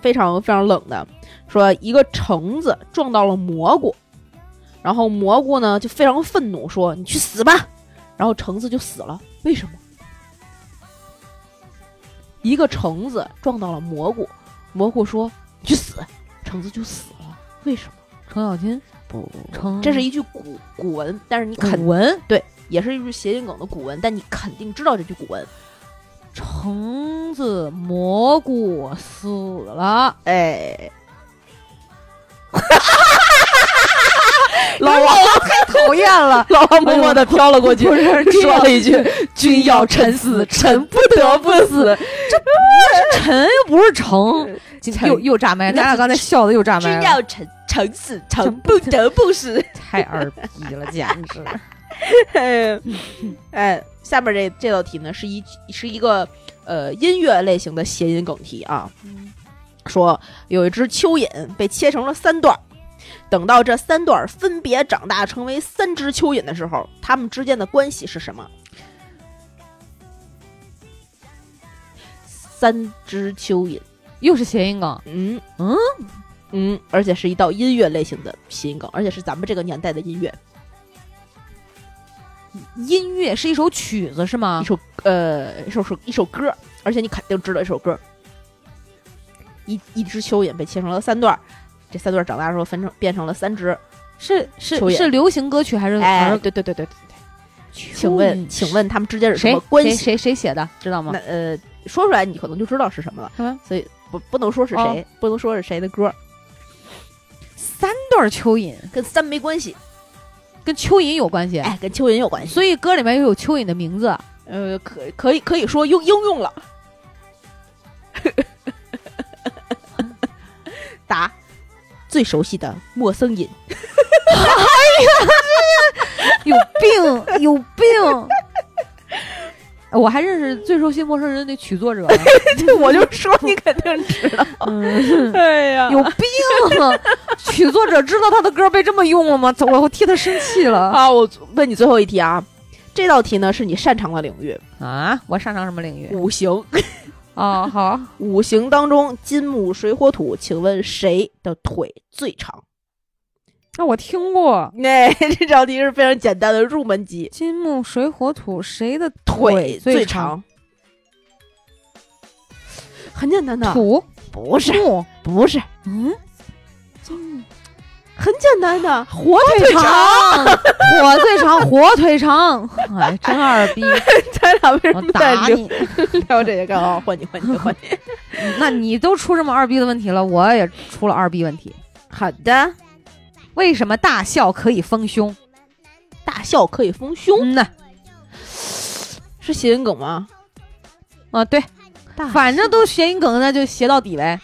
S1: 非常非常冷的。说一个橙子撞到了蘑菇，然后蘑菇呢就非常愤怒说：“你去死吧！”然后橙子就死了。为什么？一个橙子撞到了蘑菇，蘑菇说：“你去死！”橙子就死了。为什么？
S2: 程咬金，
S1: 不不
S2: 程，
S1: 这是一句古古文，但是你肯
S2: 肯文
S1: 也是一句谐音梗的古文，但你肯定知道这句古文。
S2: 橙子蘑菇死了，
S1: 哎，
S2: 老王太 讨厌了。
S1: 老王默默的飘了过去，
S2: 不是这
S1: 说
S2: 样
S1: 了一句：“君要臣死，臣不得不死。
S2: 陈又不是成，今
S1: 陈
S2: 又又炸麦，咱俩刚才笑的又炸麦
S1: 君
S2: 了，
S1: 要臣，臣死，臣不得不死。
S2: 太二逼了，简 直！”
S1: 哎，下面这这道题呢，是一是一个呃音乐类型的谐音梗题啊。
S2: 嗯
S1: 说有一只蚯蚓被切成了三段儿，等到这三段儿分别长大成为三只蚯蚓的时候，它们之间的关系是什么？三只蚯蚓，
S2: 又是谐音梗，
S1: 嗯
S2: 嗯
S1: 嗯，而且是一道音乐类型的谐音梗，而且是咱们这个年代的音乐，
S2: 音乐是一首曲子是吗
S1: 一？首呃一首首一首歌儿，而且你肯定知道一首歌儿。一一只蚯蚓被切成了三段儿，这三段儿长大之后分成变成了三只。
S2: 是是
S1: 蚯蚓
S2: 是流行歌曲还是
S1: 哎，
S2: 儿
S1: 对对对对对。
S2: 曲
S1: 请问，请问他们之间是什
S2: 谁
S1: 么关
S2: 谁
S1: 系？
S2: 谁谁写的？知道吗
S1: 那？呃，说出来你可能就知道是什么了。
S2: 嗯
S1: 所以不不能说是谁，不能说是谁的歌，
S2: 三段蚯蚓
S1: 跟三没关系。
S2: 跟蚯蚓有关系，
S1: 哎，跟蚯蚓有关系。
S2: 所以歌里面又有蚯蚓的名字。
S1: 呃，可可以可以说应应用 了。答，最熟悉的莫僧隐。
S2: 有病，有病！ 我还认识最熟悉陌生人那曲 作者呢，
S1: 对，我就说你肯定知道。
S2: 嗯
S1: 哎呀
S2: 有病！啊曲作者知道他的歌被这么用了吗？我我替他生气了
S1: 啊！我问你最后一题啊，这道题呢是你擅长的领域，
S2: 啊！我擅长什么领域？
S1: 五行。
S2: 哦，好，
S1: 五行当中，金木水火土，请问谁的腿最长？
S2: 那我听过
S1: 哎，这道题是非常简单的入门级，
S2: 金木水火土，谁的
S1: 腿
S2: 最
S1: 长？很简单的，
S2: 土
S1: 不是
S2: 木？
S1: 不是，
S2: 嗯，
S1: 很简单的，火
S2: 腿长，火最长， 火腿长，哎，真二 逼！
S1: 咱俩为什
S2: 我
S1: 么在
S2: 打
S1: 聊
S2: 你！
S1: 聊这些干嘛？换你，换你，换你。
S2: 那你都出这么二逼的问题了，我也出了二逼问题。
S1: 好的，
S2: 为什么大笑可以丰胸？
S1: 大笑可以丰胸，
S2: 嗯呐，
S1: 是谐音梗吗？
S2: 啊对，
S1: 大
S2: 反正都谐音梗，那就谐到底呗。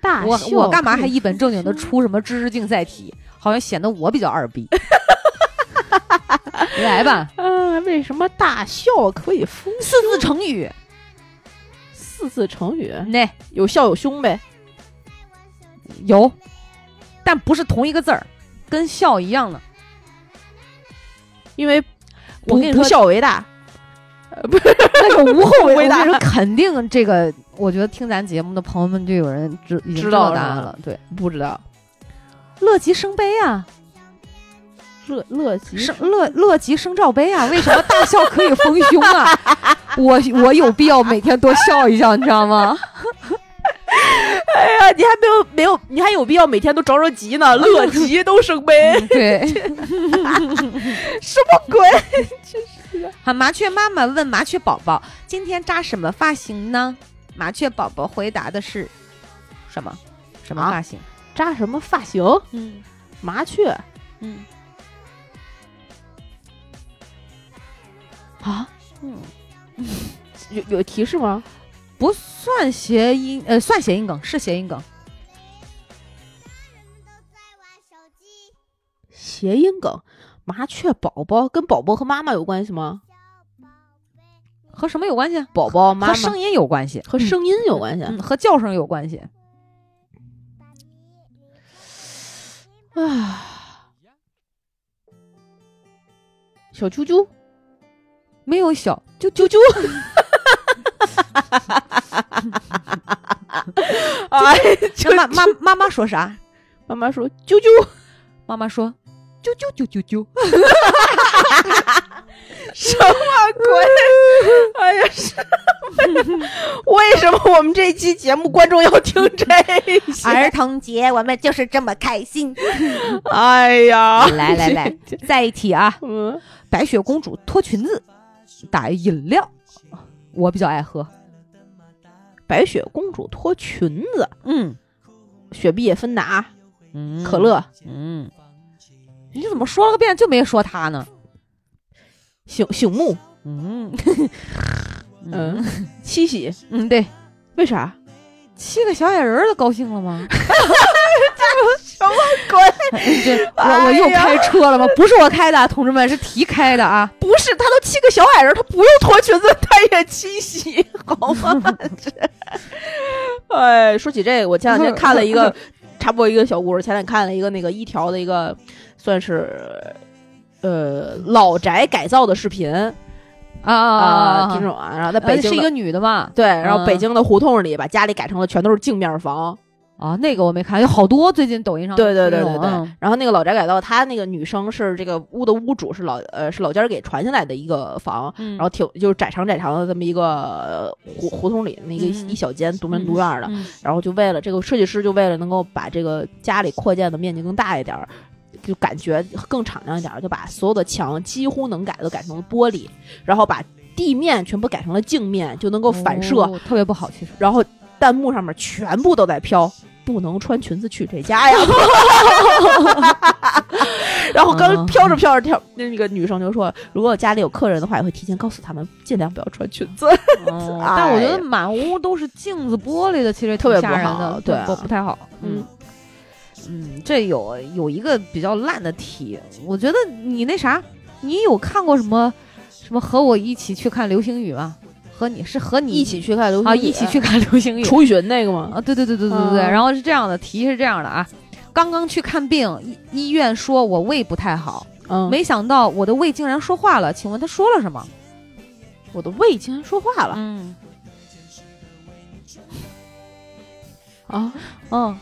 S1: 大
S2: 我
S1: 笑
S2: 我干嘛
S1: 可
S2: 还
S1: 以
S2: 一本正经的出什么知识竞赛题？好像显得我比较二逼。 来吧，
S1: 啊？为什么大笑可以丰？
S2: 四字成语，
S1: 四字成语
S2: 那
S1: 有笑有凶呗。
S2: 有，但不是同一个字儿，跟笑一样的。
S1: 因为
S2: 我
S1: 不
S2: 跟你
S1: 不
S2: 说
S1: 孝为大，
S2: 那个无后
S1: 为
S2: 为
S1: 大
S2: 大，我跟你 说肯定这个，我觉得听咱节目的朋友们就有人知已经
S1: 知
S2: 知
S1: 道
S2: 道答案
S1: 了
S2: 了。对，
S1: 不知道
S2: 乐极生悲啊，
S1: 乐乐极
S2: 生乐乐极生罩杯啊！为什么大笑可以丰胸啊？ 我我有必要每天多笑一笑，你知道吗？
S1: 哎呀，你还没有没有，你还有必要每天都着着急呢？乐极都生悲，
S2: 嗯 对，
S1: 什么 鬼？
S2: 好，麻雀妈妈问麻雀宝宝：“今天扎什么发型呢？”麻雀宝宝回答的是什么？什么
S1: 啊
S2: 发型？
S1: 扎什么发型？
S2: 嗯
S1: 麻雀
S2: 嗯
S1: 啊？
S2: 嗯，
S1: 有有提示吗？
S2: 不算谐音，呃，算谐音梗，是谐音梗。
S1: 谐音梗，麻雀宝宝跟宝宝和妈妈有关系吗？
S2: 和什么有关系？啊
S1: 宝宝妈
S2: 和
S1: 妈
S2: 声音有关系，
S1: 和声音有关系。
S2: 嗯、和叫声有关系。
S1: 啊，小啾啾，
S2: 没有小就
S1: 啾啾。哎，哎
S2: 妈妈妈妈说啥？
S1: 妈妈说：“啾啾，
S2: 妈妈说：“啾啾啾啾啾。
S1: 什么鬼？ 哎呀，是为什么我们这期节目观众要听这些？
S2: 儿童节我们就是这么开心。
S1: 哎呀，
S2: 来来来，再一题啊，
S1: 嗯，
S2: 白雪公主脱裙子打饮料，我比较爱喝。
S1: 白雪公主脱裙子，
S2: 嗯
S1: 雪碧、芬达、
S2: 嗯
S1: 啊可，乐，
S2: 嗯，你怎么说了个遍就没说她呢？
S1: 醒醒目，
S2: 嗯
S1: 嗯，七喜，
S2: 嗯，对，
S1: 为啥？
S2: 七个小矮人儿都高兴了吗？
S1: 滚！
S2: 这我我
S1: 哎呀
S2: 又开车了吗？不是我开的，同志们，是题开的啊！
S1: 不是，他都七个小矮人，他不用脱裙子，他也七喜，好吗？这，哎，说起这个，我前两天看了一 个，插播一个小故事。前两天看了一个那个一条的一个，呃算是呃老宅改造的视频
S2: 啊
S1: 啊，这种啊，然后在
S2: 呃
S1: 北京
S2: 是一
S1: 的
S2: 个女的嘛？
S1: 对，然后
S2: 嗯
S1: 北京的胡同里把家里改成了全都是镜面房，
S2: 啊，那个我没看，有好多最近抖音上
S1: 对对对
S2: 有
S1: 对对
S2: 啊嗯
S1: 然后那个老宅改造，他那个女生是这个屋的屋主，是老呃是老家儿给传下来的一个房，
S2: 嗯
S1: 然后挺就是窄长窄长的这么一个呃胡胡同里那个
S2: 嗯
S1: 一小间独门独院儿的，
S2: 嗯
S1: 然后就为了这个设计师就为了能够把这个家里扩建的面积更大一点儿。就感觉更敞亮一点儿，就把所有的墙几乎能改都改成了玻璃，然后把地面全部改成了镜面，就能够反射。
S2: 哦特别不好，其 实。
S1: 然后弹幕上面全部都在飘，不能穿裙子去这家呀。 然后刚飘着飘着飘，那个女生就说，如果家里有客人的话，也会提前告诉他们，尽量不要穿裙子。
S2: 哦
S1: 哎
S2: 但我觉得满屋都是镜子、玻璃的，其实
S1: 特别
S2: 挺吓人的，
S1: 不好对
S2: 不不太好。
S1: 嗯
S2: 嗯，这有有一个比较烂的题，我觉得你那啥，你有看过什么什么和我一起去看流星雨吗？和你是和你
S1: 一起去看流星
S2: 啊，
S1: 雨
S2: 一起去看流星雨
S1: 楚雨荨那个吗？
S2: 啊，对对对对对对对。
S1: 嗯
S2: 然后是这样的，题是这样的啊，刚刚去看病，医医院说我胃不太好，
S1: 嗯，
S2: 没想到我的胃竟然说话了，请问他说了什么？
S1: 我的胃竟然说话了
S2: 嗯
S1: 啊！
S2: 嗯，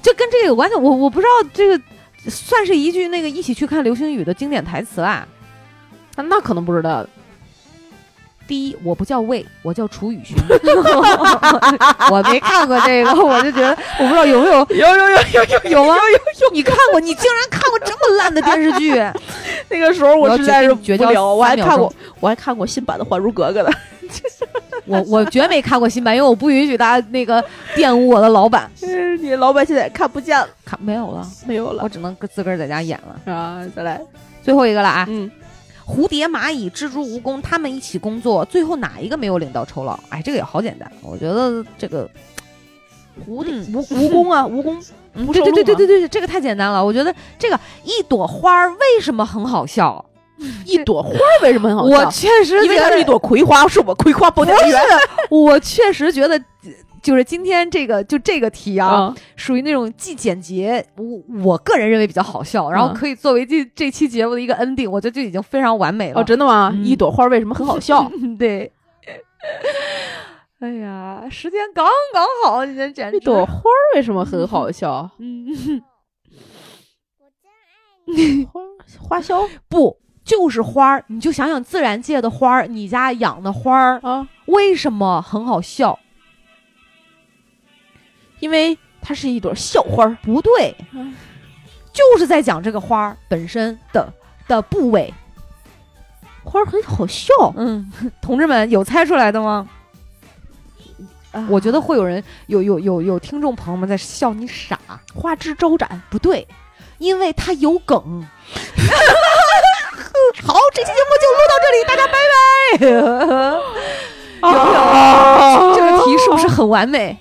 S2: 这跟这个有关系，我我不知道这个算是一句那个一起去看流星雨的经典台词啊啦。
S1: 那那可能不知道，
S2: 第一，我不叫魏，我叫楚雨荨。 我没看过这个，我就觉得我不知道有没有
S1: 有有有有有
S2: 有吗？你看过？你竟然看过这么烂的电视剧？
S1: 那个时候
S2: 我要
S1: 我实在是
S2: 绝
S1: 不了，
S2: 交
S1: 我
S2: 三
S1: 还
S2: 秒
S1: 看
S2: 钟
S1: 过我还看过新版的《还珠格格》的，
S2: 我我绝没看过新版，因为我不允许大家那个玷污我的老板。
S1: 嗯 你老板现在看不见了，
S2: 看没有了，
S1: 没有了
S2: 我只能跟自个儿在家演了。
S1: 啊！再来，
S2: 最后一个了啊！
S1: 嗯，
S2: 蝴蝶、蚂蚁、蜘蛛、蜈蚣，他们一起工作，最后哪一个没有领到酬劳？哎，这个也好简单，我觉得这个
S1: 蝴
S2: 嗯
S1: 蜈蜈蚣啊，蜈蚣
S2: 嗯，
S1: 不
S2: 对
S1: 受啊
S2: 对对
S1: 禄
S2: 对
S1: 吗
S2: 对对，这个太简单了。我觉得这个一朵花儿为什么很好笑？
S1: 一朵花儿为什么很好笑？
S2: 我确实
S1: 因为
S2: 觉
S1: 它
S2: 得
S1: 是一朵葵花，是啊我葵花宝典园
S2: 我确实觉得，呃就是今天这个就这个题啊，
S1: 啊。
S2: 属于那种既简洁，我我个人认为比较好笑，然后
S1: 嗯
S2: 可以作为这这期节目的一个 ending，我觉得就已经非常完美了。
S1: 哦，真的吗？
S2: 嗯
S1: 一朵花为什么很好笑？
S2: 对。哎呀，时间刚刚好，你这简直
S1: 一朵花为什么很好笑？
S2: 嗯，
S1: 花花销
S2: 不就是花儿？你就想想自然界的花儿，你家养的花儿
S1: 啊，
S2: 为什么很好笑？
S1: 因为它是一朵笑花儿。
S2: 不对
S1: 嗯，
S2: 就是在讲这个花儿本身的的部位。
S1: 花儿很好笑，
S2: 嗯， 同志们有猜出来的吗？
S1: 啊
S2: 我觉得会有人有有有有听众朋友们在笑你傻，
S1: 花枝招展。
S2: 不对，因为它有梗。 好，这期节目就录到这里，大家拜 拜。
S1: 啊
S2: 这个题是不是很完美？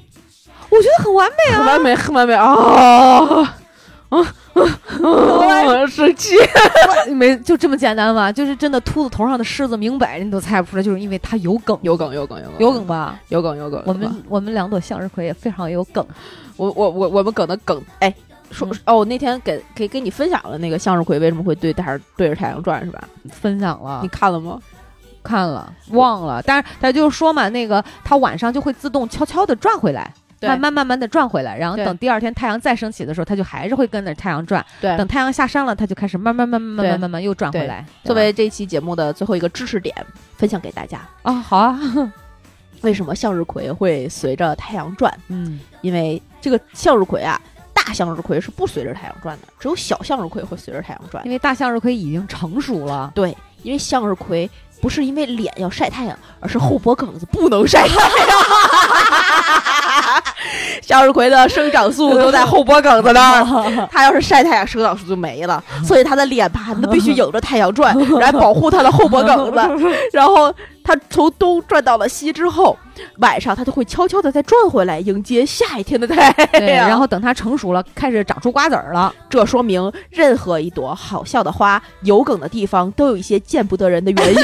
S2: 我觉得很完美
S1: 很
S2: 啊！
S1: 完美，很完美 啊！ 啊，生气。
S2: 哦没就这么简单吗？就是真的秃子头上的虱子明摆着你都猜不出来，就是因为它有梗，
S1: 有梗，有梗，有梗，
S2: 有梗吧？
S1: 有梗，有梗。
S2: 我们我们两朵向日葵也非常有梗。
S1: 我我我我们梗的梗，哎，说
S2: 嗯
S1: 哦，我那天给给给你分享了那个向日葵为什么会对太对着太阳转是吧？
S2: 分享了
S1: 你，看了吗？
S2: 看了忘了，但是他就是说嘛，那个它晚上就会自动悄悄的转回来，
S1: 对
S2: 慢慢慢慢的转回来，然后
S1: 对
S2: 等第二天太阳再升起的时候，它就还是会跟着太阳转。
S1: 对
S2: 等太阳下山了，它就开始慢慢慢慢慢
S1: 对
S2: 慢慢慢又转回来。
S1: 作
S2: 对吧
S1: 为这期节目的最后一个知识点，分享给大家：
S2: 啊，好啊，
S1: 为什么向日葵会随着太阳转？
S2: 嗯，
S1: 因为这个向日葵啊，大向日葵是不随着太阳转的，只有小向日葵会随着太阳转
S2: 因。为大向日葵已经成熟 了，
S1: 对，因为向日葵不是因为脸要晒太阳，而是
S2: 嗯
S1: 后脖梗子不能晒太阳。 向日葵的生长素都在后脖梗子那 儿，它要是晒太阳，生长素就没了，所以它的脸盘子必须迎着太阳转，来保护它的后脖 梗子。然后它从东转到了西之后，晚上它就会悄悄的再转回来，迎接下一天的太阳。
S2: 对，然后等它成熟了，开始长出瓜子儿了，
S1: 这说明任何一朵好笑的花，有梗的地方都有一些见不得人的原因。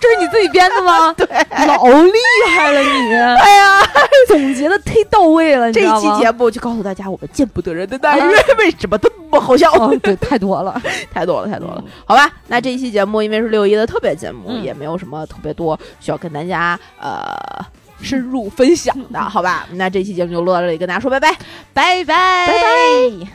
S2: 这是你自己编 的吗？对，老厉害了你，
S1: 哎呀，
S2: 总结的忒到位了，你
S1: 这
S2: 知道
S1: 一期
S2: 吗？啊
S1: 节目就告诉大家我们见不得人的待遇， 为什么这么好笑？
S2: 哦，对，太多了，
S1: 太多了，太多了
S2: 嗯。
S1: 好吧，那这一期节目因为是六一的特别节目，
S2: 嗯
S1: 也没有什么特别多需要跟大家呃深入分享的，好吧？那这期节目就录到这里，跟大家说拜拜，
S2: 拜拜，
S1: 拜拜。